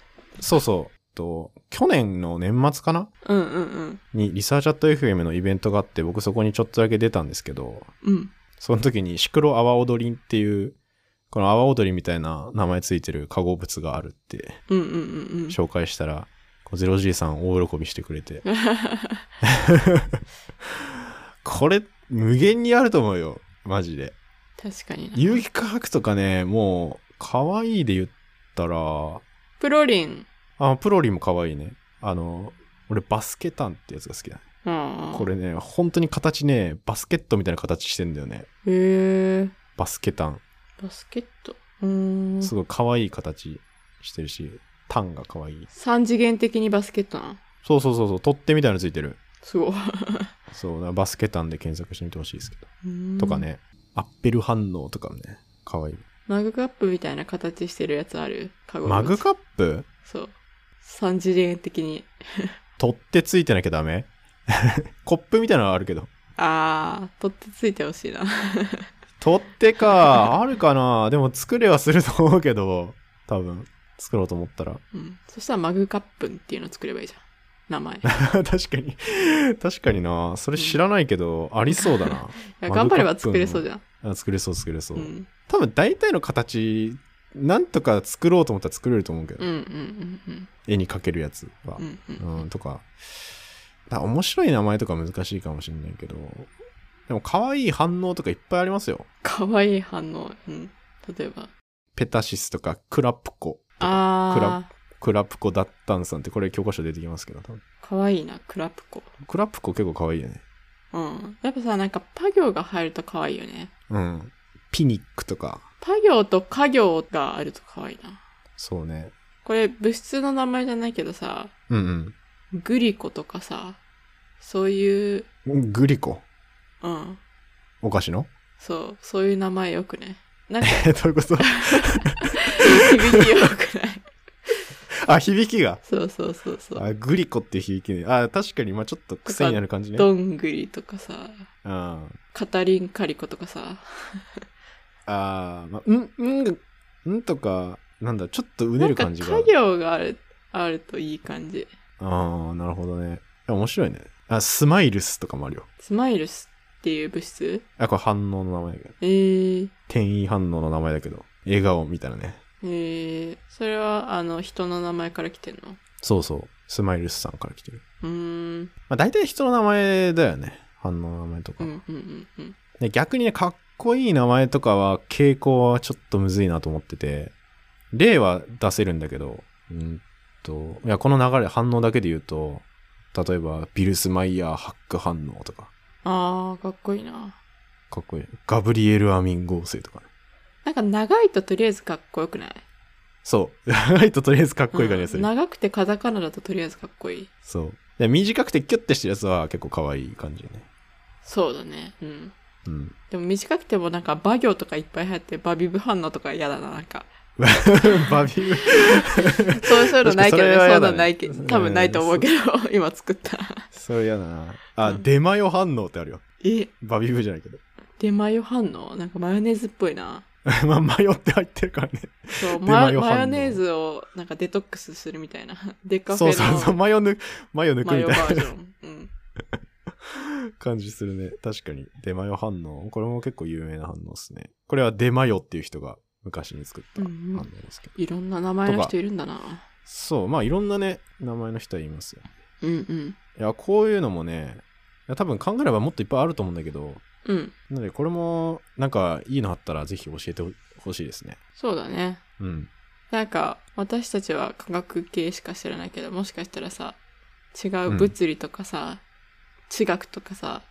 Speaker 2: そうそう、えっと、去年の年末かな
Speaker 1: うんうんうん。
Speaker 2: に、リサーチャット FM のイベントがあって、僕そこにちょっとだけ出たんですけど、
Speaker 1: うん。
Speaker 2: その時に、シクロアワオドリンっていう、このアワオドリみたいな名前ついてる化合物があるって
Speaker 1: うんうんうんうん。
Speaker 2: 紹介したら、こう 0G さん大喜びしてくれて。これ、無限にあると思うよ。マジで。
Speaker 1: 確かにな。
Speaker 2: 有機化学とかね、もう、可愛いで言ったら、
Speaker 1: プロリン。
Speaker 2: あ、プロリも可愛いね。あの、俺バスケタンってやつが好きだ、ね。
Speaker 1: ああ。
Speaker 2: こ。れね、本当に形ね、バスケットみたいな形してんだよね。
Speaker 1: へえ。
Speaker 2: バスケタン。
Speaker 1: バスケット。うーん。
Speaker 2: すごい可愛い形してるし、タンが可愛い。
Speaker 1: 三次元的にバスケットな。
Speaker 2: そうそうそうそう、取っ手みたいなのついてる。
Speaker 1: すごい。
Speaker 2: そう、だからバスケタンで検索してみてほしいですけど。
Speaker 1: うーん
Speaker 2: とか。ね、アッペル反応とかもね、可愛い。
Speaker 1: マグカップみたいな形してるやつある。カゴ
Speaker 2: マグカップ
Speaker 1: そう。三次元的に。
Speaker 2: 取っ手ついてなきゃダメ コップみたいなのはあるけど。
Speaker 1: ああ、取ってついてほしいな。
Speaker 2: 取っ手か。あ るかな。でも作れはすると思うけど、多分。作ろうと思ったら。
Speaker 1: うん。そしたらマグカップンっていうの作ればいいじゃん。名 前。い
Speaker 2: 確かに。確かにな。それ知らないけど、ありそうだな。
Speaker 1: や
Speaker 2: マグカップン
Speaker 1: 頑張れば作れそうじゃん。
Speaker 2: あ作れそう、作れそうう。
Speaker 1: ん。
Speaker 2: 多分大体の形、なんとか作ろうと思ったら作れると思うけど。
Speaker 1: うんうんうん
Speaker 2: 絵に描けるやつは
Speaker 1: う。ん。うんう
Speaker 2: うんん、とか。だ面白い名前とか難しいかもしれないけど。でも可愛い反応とかいっぱいありますよ。
Speaker 1: かわいい反応。うん。例えば。
Speaker 2: ペタシスとかクラプコ。クラ
Speaker 1: ああ。
Speaker 2: クラプコダッタンさんってこれ教科書出てきますけど、多分。
Speaker 1: かわいいな、クラプコ。
Speaker 2: クラプコ結構可愛いよね。
Speaker 1: うん。やっぱさ、なんか、パ行が入るとかわいいよね。
Speaker 2: うん。ピニックとか。
Speaker 1: パ行と家行があるとかわいいな。
Speaker 2: そうね。
Speaker 1: これ、物質の名前じゃないけどさ、
Speaker 2: うん
Speaker 1: グリコとかさ、そういう、
Speaker 2: うん。グリコ。
Speaker 1: うん。
Speaker 2: お菓子の
Speaker 1: そう、そういう名前よくね。 なんか、
Speaker 2: え、どういうこと
Speaker 1: 響きよくない。
Speaker 2: あ、響きが。
Speaker 1: そうそうそうそう。
Speaker 2: あ、グリコっていう響きね。あ、確かに、まあちょっと癖になる感じね。うん。
Speaker 1: どんぐりとかさ、
Speaker 2: あ
Speaker 1: カタリンカリコとかさ、
Speaker 2: ー、まあ、うん、うんが、うんとか、なんだ、ちょっとう
Speaker 1: な
Speaker 2: ね
Speaker 1: ん
Speaker 2: る
Speaker 1: か
Speaker 2: 感じが。
Speaker 1: 家業がある、あるといい感じ。
Speaker 2: ああ、なるほどね。いや面白いね。あ、スマイルスとかもあるよ。
Speaker 1: スマイルスっていう物質
Speaker 2: あ、これ反応の名前だけど。
Speaker 1: えー、
Speaker 2: 転移反応の名前だけど。笑顔みたいなね。
Speaker 1: えー、それは、あの、人の名前から来てんの
Speaker 2: そうそう。スマイルスさんから来てる。
Speaker 1: うーん、
Speaker 2: まあ、大体人の名前だよね。反応の名前と
Speaker 1: う
Speaker 2: か。
Speaker 1: ん、うん、うん、うん。
Speaker 2: で逆にね、かっこいい名前とかは、傾向はちょっとむずいなと思ってて、例は出せるんだけど、うんと、いや、この流れ、反応だけで言うと、例えば、ビルスマイヤーハック反応とか、
Speaker 1: あー、かっこいいな。
Speaker 2: かっこいい。ガブリエル・アミン合成とかね。
Speaker 1: なんか長いととりあえずかっこよくない
Speaker 2: そう。 長いととりあえずかっこいい感じがす
Speaker 1: う
Speaker 2: る。
Speaker 1: ん長くてカタカナだととりあえずかっこいい。
Speaker 2: そう。で短くてキュッてしてるやつは結構可愛い感じね。
Speaker 1: そうだね。うん。
Speaker 2: うん。
Speaker 1: でも短くてもなんかバ行とかいっぱい入ってバビブ反応とか嫌だな、なんか。
Speaker 2: バビー
Speaker 1: そうそういうのないけ
Speaker 2: 確かにそ
Speaker 1: どね、
Speaker 2: れは嫌だね
Speaker 1: そうなのないけど、多分ないと思うけど、 今作った。
Speaker 2: それ嫌だな。あ、
Speaker 1: うん
Speaker 2: 出マヨ反応ってあるよ。
Speaker 1: え、
Speaker 2: バビブじゃないけど。
Speaker 1: で、マヨ反応なんかマヨネーズっぽいな。
Speaker 2: まあ、マヨって入ってるからね。
Speaker 1: そ
Speaker 2: で
Speaker 1: う、マ
Speaker 2: マヨ
Speaker 1: ヨ
Speaker 2: 反応
Speaker 1: マヨネーズをなんかデトックスするみたいな。 デカフェ
Speaker 2: そう
Speaker 1: の
Speaker 2: そうそう、マヨ抜く、マヨ抜く
Speaker 1: マ
Speaker 2: み
Speaker 1: ヨバ
Speaker 2: た
Speaker 1: ー
Speaker 2: い
Speaker 1: ジ
Speaker 2: な
Speaker 1: ョン。うん。
Speaker 2: 感じするね。確かに。出マヨ反応。これも結構有名な反応ですね。これは出マヨっていう人が昔に作った
Speaker 1: うんうん
Speaker 2: 反応ですけど。
Speaker 1: いろんな名前の
Speaker 2: とか
Speaker 1: 人いるんだな。
Speaker 2: そう、まあいろんなね、名前の人は言いますよ。
Speaker 1: うんうん。
Speaker 2: いや、こういうのもね、いや多分考えればもっといっぱいあると思うんだけど、
Speaker 1: うん。
Speaker 2: なので、これも、なんか、いいのあったら、ぜひ教えてほしいですね。
Speaker 1: そうだね。
Speaker 2: うん。
Speaker 1: なんか私たちは科学系しか知らないけどもしかしたらさ違う物理とかさ、地学とかさ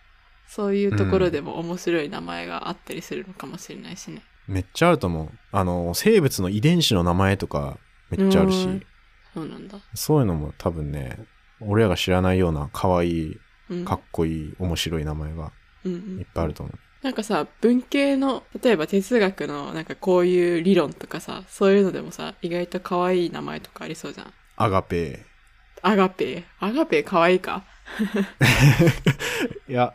Speaker 1: そういうところでも面白い名前があったりするのかもしれないしね。
Speaker 2: めっちゃあると思う。あの、生物の遺伝子の名前とか、めっちゃある
Speaker 1: う
Speaker 2: し
Speaker 1: ん、そうなんだ。
Speaker 2: そういうのも多分ね、俺らが知らないような、可愛い、
Speaker 1: うん、
Speaker 2: かっこいい、面白い名前が
Speaker 1: うん
Speaker 2: い
Speaker 1: うん
Speaker 2: っぱいあると思う。
Speaker 1: なんかさ文系の例えば哲学のなんかこういう理論とかさそういうのでもさ意外と可愛い名前とかありそうじゃん。
Speaker 2: アガペ
Speaker 1: アガペアガペ可愛いか。
Speaker 2: ー。いや、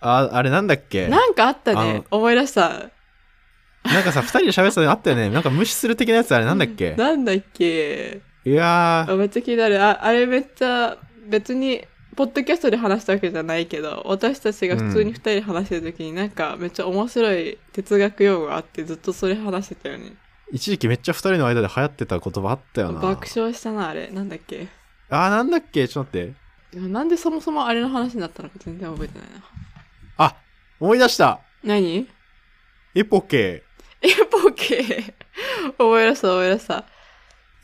Speaker 2: あ、あれなんだっけな
Speaker 1: なんかあった
Speaker 2: あ
Speaker 1: ね
Speaker 2: の
Speaker 1: 思い出した。
Speaker 2: んかさ、二人で喋ってたのあったよね。なんか無視する的なやつ、あれなんだっけ
Speaker 1: なんだっけ
Speaker 2: いや
Speaker 1: あめっちゃ気になる。ああれめっちゃ別に、ポッドキャストで話したわけじゃないけど、私たちが普通に二人で話してる時に、なんかめっちゃ面白い哲学用語があって、ずっとそれ話してたよね。
Speaker 2: ー、一時期めっちゃ二人の間で流行ってた言葉あったよな。
Speaker 1: 爆笑したな、あれ。なんだっけ。
Speaker 2: あー、なんだっけちょっと待って。
Speaker 1: でもなんでそもそもあれの話になったのか全然覚えてないな。
Speaker 2: あ、思い出した
Speaker 1: 何
Speaker 2: エポケ
Speaker 1: エポケ。覚え出した、覚え出した。
Speaker 2: ー。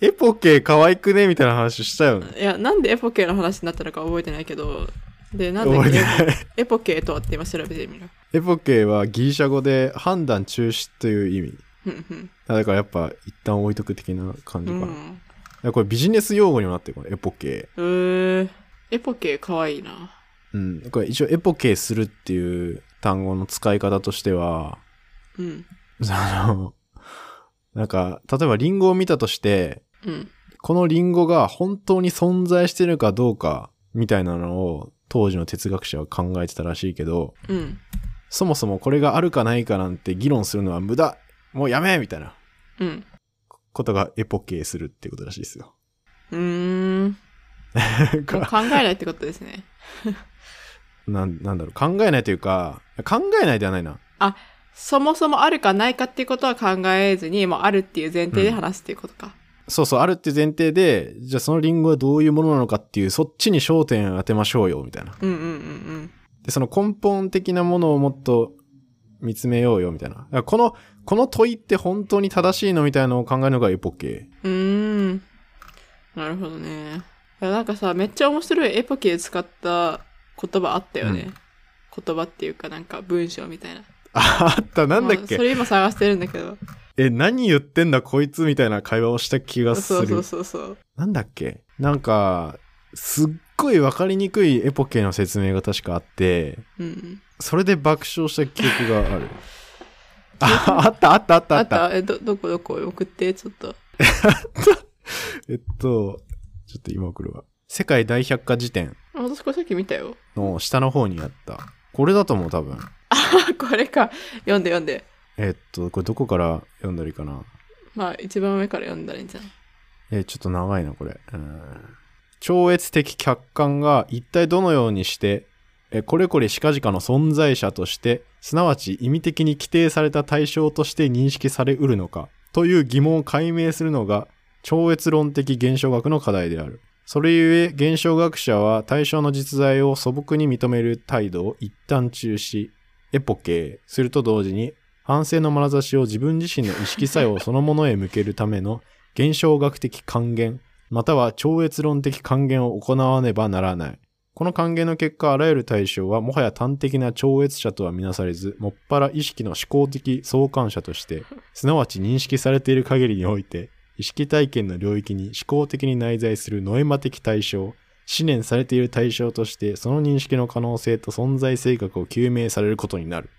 Speaker 2: エポケー可愛くねみたいな話したよね。
Speaker 1: いや、なんでエポケの話になったのか覚えてないけど、で、なんだっ
Speaker 2: 覚えて
Speaker 1: け
Speaker 2: ない。
Speaker 1: エポケとはって今調べてみる。
Speaker 2: エポケーはギリシャ語で判断中止という意味。
Speaker 1: ふんふん
Speaker 2: あだからやっぱ一旦置いとく的な感じ
Speaker 1: う
Speaker 2: かな。い
Speaker 1: ん。
Speaker 2: やこれビジネス用語にもなってる、このエポケ
Speaker 1: えー、エポケかわいいな。
Speaker 2: ー。うん。これ一応エポケーするっていう単語の使い方としては、
Speaker 1: うん。
Speaker 2: その、なんか、例えばリンゴを見たとして、
Speaker 1: うん。
Speaker 2: このリンゴが本当に存在してるかどうか、みたいなのを当時の哲学者は考えてたらしいけど、
Speaker 1: うん。
Speaker 2: そもそもこれがあるかないかなんて議論するのは無駄もうやめみたいな
Speaker 1: うん。
Speaker 2: ことがエポケーするってことらしいですよ。
Speaker 1: うーん。も
Speaker 2: なん
Speaker 1: う考
Speaker 2: か
Speaker 1: えないってことですね。
Speaker 2: なんなんだろう、考えないというか、考えないではないな。
Speaker 1: そもそもあるかないかっていうことは考えずに、もうあるっていう前提で話すっていうことか。
Speaker 2: そうそう、あるっていう前提で、じゃあそのリンゴはどういうものなのかっていう、そっちに焦点を当てましょうよ、みたいな。
Speaker 1: うん、うん、うん
Speaker 2: で、その根本的なものをもっと見つめようよ、みたいな。だからこの、この問いって本当に正しいのみたいなのを考えるのがエポケ
Speaker 1: うんうん。うーん。なるほどね。いやなんかさ、めっちゃ面白いエポケで使った言葉あったよね。
Speaker 2: うん
Speaker 1: 言葉っていうかなんか文章みたいな。
Speaker 2: ー。 ああった、なんだっ
Speaker 1: まあ
Speaker 2: け、
Speaker 1: それ今探してるんだけど。
Speaker 2: え、何言ってんだこいつみたいな会話をした気 がする。
Speaker 1: そうそうそうそう。
Speaker 2: なんだっけなんか、すっごいわかりにくいエポケの説明が確かあって、
Speaker 1: うんうん。
Speaker 2: それで爆笑した記憶がある。 あ、あったあったあったあ
Speaker 1: あ
Speaker 2: っ。
Speaker 1: ったたえ、ど、どこどこ送って、ちょっと。
Speaker 2: えっと、ちょっと今送るわ。世界大百科事典
Speaker 1: あ私これさっき見たよ。
Speaker 2: の下の方にあった。これだと思う、多分。
Speaker 1: あ、これか。読んで読んで。
Speaker 2: えっと、これどこから読んだらいいかな。
Speaker 1: まあ、一番上から読んだらいいんじゃん。
Speaker 2: えーちょっと長いな、これ。うん超越的客観が一体どのようにして、えーこれこれしかじかの存在者として、すなわち意味的に規定された対象として認識されうるのか、という疑問を解明するのが、超越論的現象学の課題である。それゆえ、現象学者は対象の実在を素朴に認める態度を一旦中止、エポケーすると同時に、反省の眼差しを自分自身の意識作用そのものへ向けるための現象学的還元、または超越論的還元を行わねばならない。この還元の結果、あらゆる対象はもはや端的な超越者とは見なされず、もっぱら意識の思考的相関者として、すなわち認識されている限りにおいて、意識体験の領域に思考的に内在するノエマ的対象、思念されている対象として、その認識の可能性と存在性格を究明されることになる。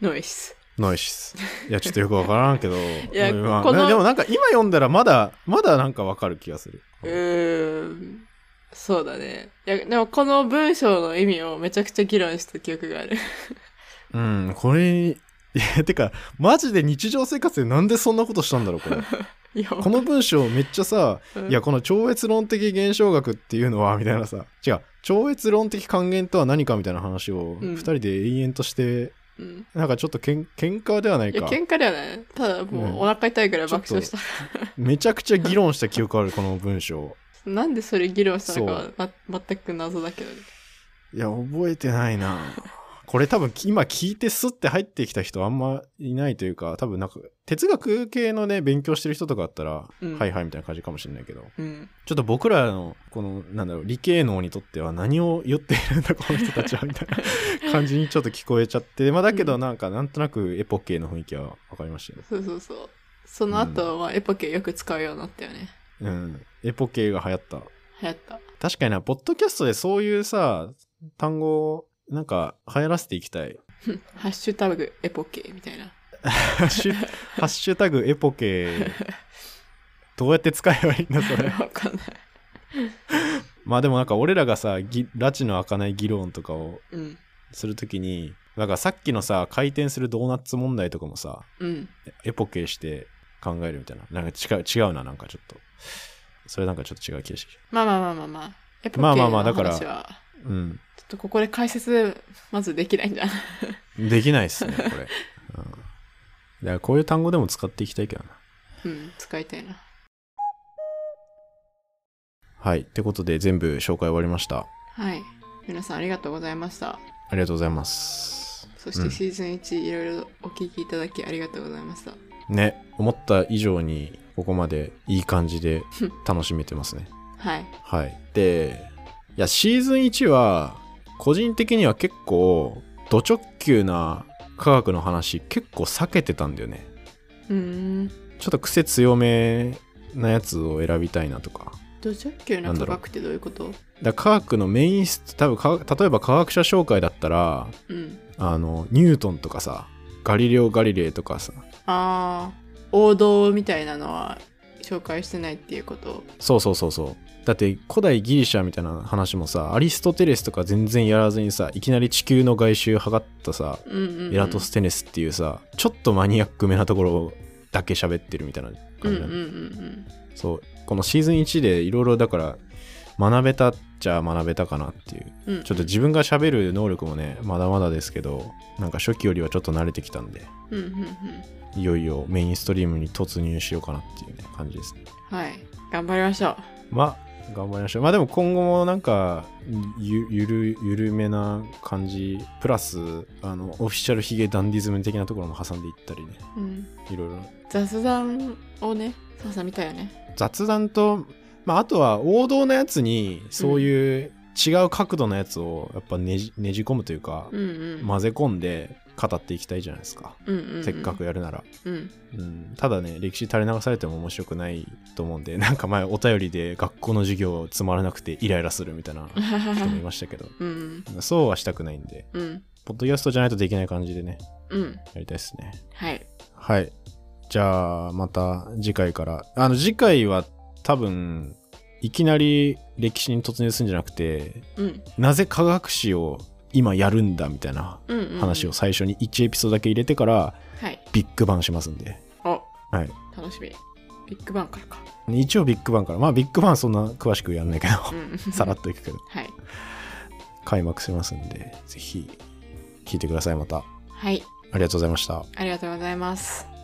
Speaker 1: ノイス。
Speaker 2: ノイシス。いや、ちょっとよくわからんけど。
Speaker 1: や
Speaker 2: うんまあ
Speaker 1: この
Speaker 2: でもなんか今読んだらまだ、まだなんかわかる気がする。
Speaker 1: うーん。そうだね。いや、でもこの文章の意味をめちゃくちゃ議論した記憶がある。
Speaker 2: うん、これ、いや、てか、マジで日常生活でなんでそんなことしたんだろう、こ れ。
Speaker 1: いや、
Speaker 2: この文章めっちゃさ、
Speaker 1: うん
Speaker 2: いや、この超越論的現象学っていうのは、みたいなさ、違う、超越論的還元とは何かみたいな話を、
Speaker 1: うん
Speaker 2: 二人で永遠として、
Speaker 1: うん。
Speaker 2: なんかちょっとけん喧嘩ではない
Speaker 1: いや、
Speaker 2: か、
Speaker 1: 喧嘩ではない。ただもう
Speaker 2: うん
Speaker 1: お腹痛いくらい爆笑した。
Speaker 2: めちゃくちゃ議論した記憶ある、この文章。
Speaker 1: なんでそれ議論したのかはな全く謎だけどね。
Speaker 2: いや、覚えてないな。これ多分今聞いてスッて入ってきた人あんまいないというか、多分なんか哲学系のね、勉強してる人とかだったら、
Speaker 1: うん
Speaker 2: はいはいみたいな感じかもしれないけど、
Speaker 1: うん。
Speaker 2: ちょっと僕らのこの、なんだろう、理系脳にとっては何を言っているんだこの人たちはみたいな 感じにちょっと聞こえちゃって、まあだけどなんかなんとなくエポッケーの雰囲気はわかりましたよね。
Speaker 1: そうそうそう。その後、まあ、エポケよく使うようになったよね。
Speaker 2: うん。エポッケーが流行った。
Speaker 1: 流行った。
Speaker 2: 確かにな、ポッドキャストでそういうさ、単語をなんか流行らせていきたい。
Speaker 1: ハッシュタグエポケみ たいな。
Speaker 2: ハッシュハッシュタグエポケどうやって使えばいいんだそ れ
Speaker 1: わかんない。
Speaker 2: まあでもなんか俺らがさぎ拉致の開かない議論とかを
Speaker 1: うん。
Speaker 2: するときになんかさっきのさ回転するドーナツ問題とかもさ
Speaker 1: うん。
Speaker 2: エポケして考えるみたいななんか違う違うななんかちょっとそれなんかちょっと違う気がしてき
Speaker 1: まあまあまあまあまあ。エポケ
Speaker 2: まあ
Speaker 1: の
Speaker 2: まあまあだから
Speaker 1: 話は、
Speaker 2: たうん
Speaker 1: ちょっとここで解説、まずできないんじゃない
Speaker 2: できないっすねこれ、うん、だからこういう単語でも使っていきたいけどな
Speaker 1: うん、使いたいな。
Speaker 2: はいってことで全部紹介終わりました
Speaker 1: はい。皆さんありがとうございました。
Speaker 2: ありがとうございます
Speaker 1: そ
Speaker 2: うん
Speaker 1: してシーズン1、いろいろお聞きいただきありがとうございました。
Speaker 2: ね思った以上にここまでいい感じで
Speaker 1: ふん
Speaker 2: 楽しめてますね
Speaker 1: はい。
Speaker 2: はいでいやシーズン1は個人的には結構ド直球な科学の話結構避けてたんだよね
Speaker 1: うーん。
Speaker 2: ちょっと癖強めなやつを選びたいなとか
Speaker 1: ド直球な
Speaker 2: なんだ
Speaker 1: 科
Speaker 2: ろう
Speaker 1: 学ってどういうこと
Speaker 2: だから科学のメインス多分科学例えば科学者紹介だったら
Speaker 1: うん。
Speaker 2: あのニュートンとかさガリレオ・ガリレイとかさ
Speaker 1: あー、王道みたいなのは紹介してないっていうこと。
Speaker 2: そうそうそうそうだって古代ギリシャみたいな話もさアリストテレスとか全然やらずにさいきなり地球の外周測ったさ
Speaker 1: うんうん、うん。
Speaker 2: エラトステネスっていうさちょっとマニアックめなところだけ喋ってるみたいな
Speaker 1: うん
Speaker 2: 感
Speaker 1: う
Speaker 2: じ
Speaker 1: んう
Speaker 2: なの、
Speaker 1: んうん。
Speaker 2: そうこのシーズン1でいろいろだから学べたっちゃ学べたかなっていう
Speaker 1: うん
Speaker 2: ちょっと自分が喋る能力もねまだまだですけどなんか初期よりはちょっと慣れてきたんで
Speaker 1: うんうんうん
Speaker 2: いよいよメインストリームに突入しようかなっていう、ね、感じですね
Speaker 1: はい頑張りましょ
Speaker 2: まあ頑張りましょうまあでも今後もなんかゆゆるゆるめな感じプラスあのオフィシャルヒゲダンディズム的なところも挟んでいったりね
Speaker 1: う、うん、
Speaker 2: いろいろ
Speaker 1: 雑談をねささみたいよね
Speaker 2: 雑談と、まあ、あとは王道のやつにそういう違う角度のやつをやっぱねじねじ込むというか、
Speaker 1: うんうん、
Speaker 2: 混ぜ込んで語っていきたいじゃないですか、
Speaker 1: うんうんうん、
Speaker 2: せっかくやるなら、
Speaker 1: うん
Speaker 2: うん、ただね歴史垂れ流されても面白くないと思うんでなんか前お便りで学校の授業つまらなくてイライラするみたいな人もいましたけど
Speaker 1: うん
Speaker 2: そうはしたくないんで、
Speaker 1: うん
Speaker 2: ポッドキャストじゃないとできない感じでね、
Speaker 1: うん
Speaker 2: やりたいですね。
Speaker 1: はい
Speaker 2: はい。じゃあ、また次回から。あの、次回は多分、いきなり歴史に突入するんじゃなくて、
Speaker 1: うん
Speaker 2: なぜ科学史を今やるんだみたいな
Speaker 1: うんうんうん
Speaker 2: 話を最初に1エピソードだけ入れてから、
Speaker 1: はい
Speaker 2: ビッグバンしますんで。
Speaker 1: お
Speaker 2: はい。
Speaker 1: 楽しみビッグバンからか
Speaker 2: 一応ビッグバンから。まあ、ビッグバンそんな詳しくやんないけ
Speaker 1: う
Speaker 2: ど、
Speaker 1: ん
Speaker 2: さらっといくけど、
Speaker 1: はい
Speaker 2: 開幕しますんで、ぜひ、聞いてください、また。あ
Speaker 1: はい
Speaker 2: りがとうございました。
Speaker 1: ありがとうございます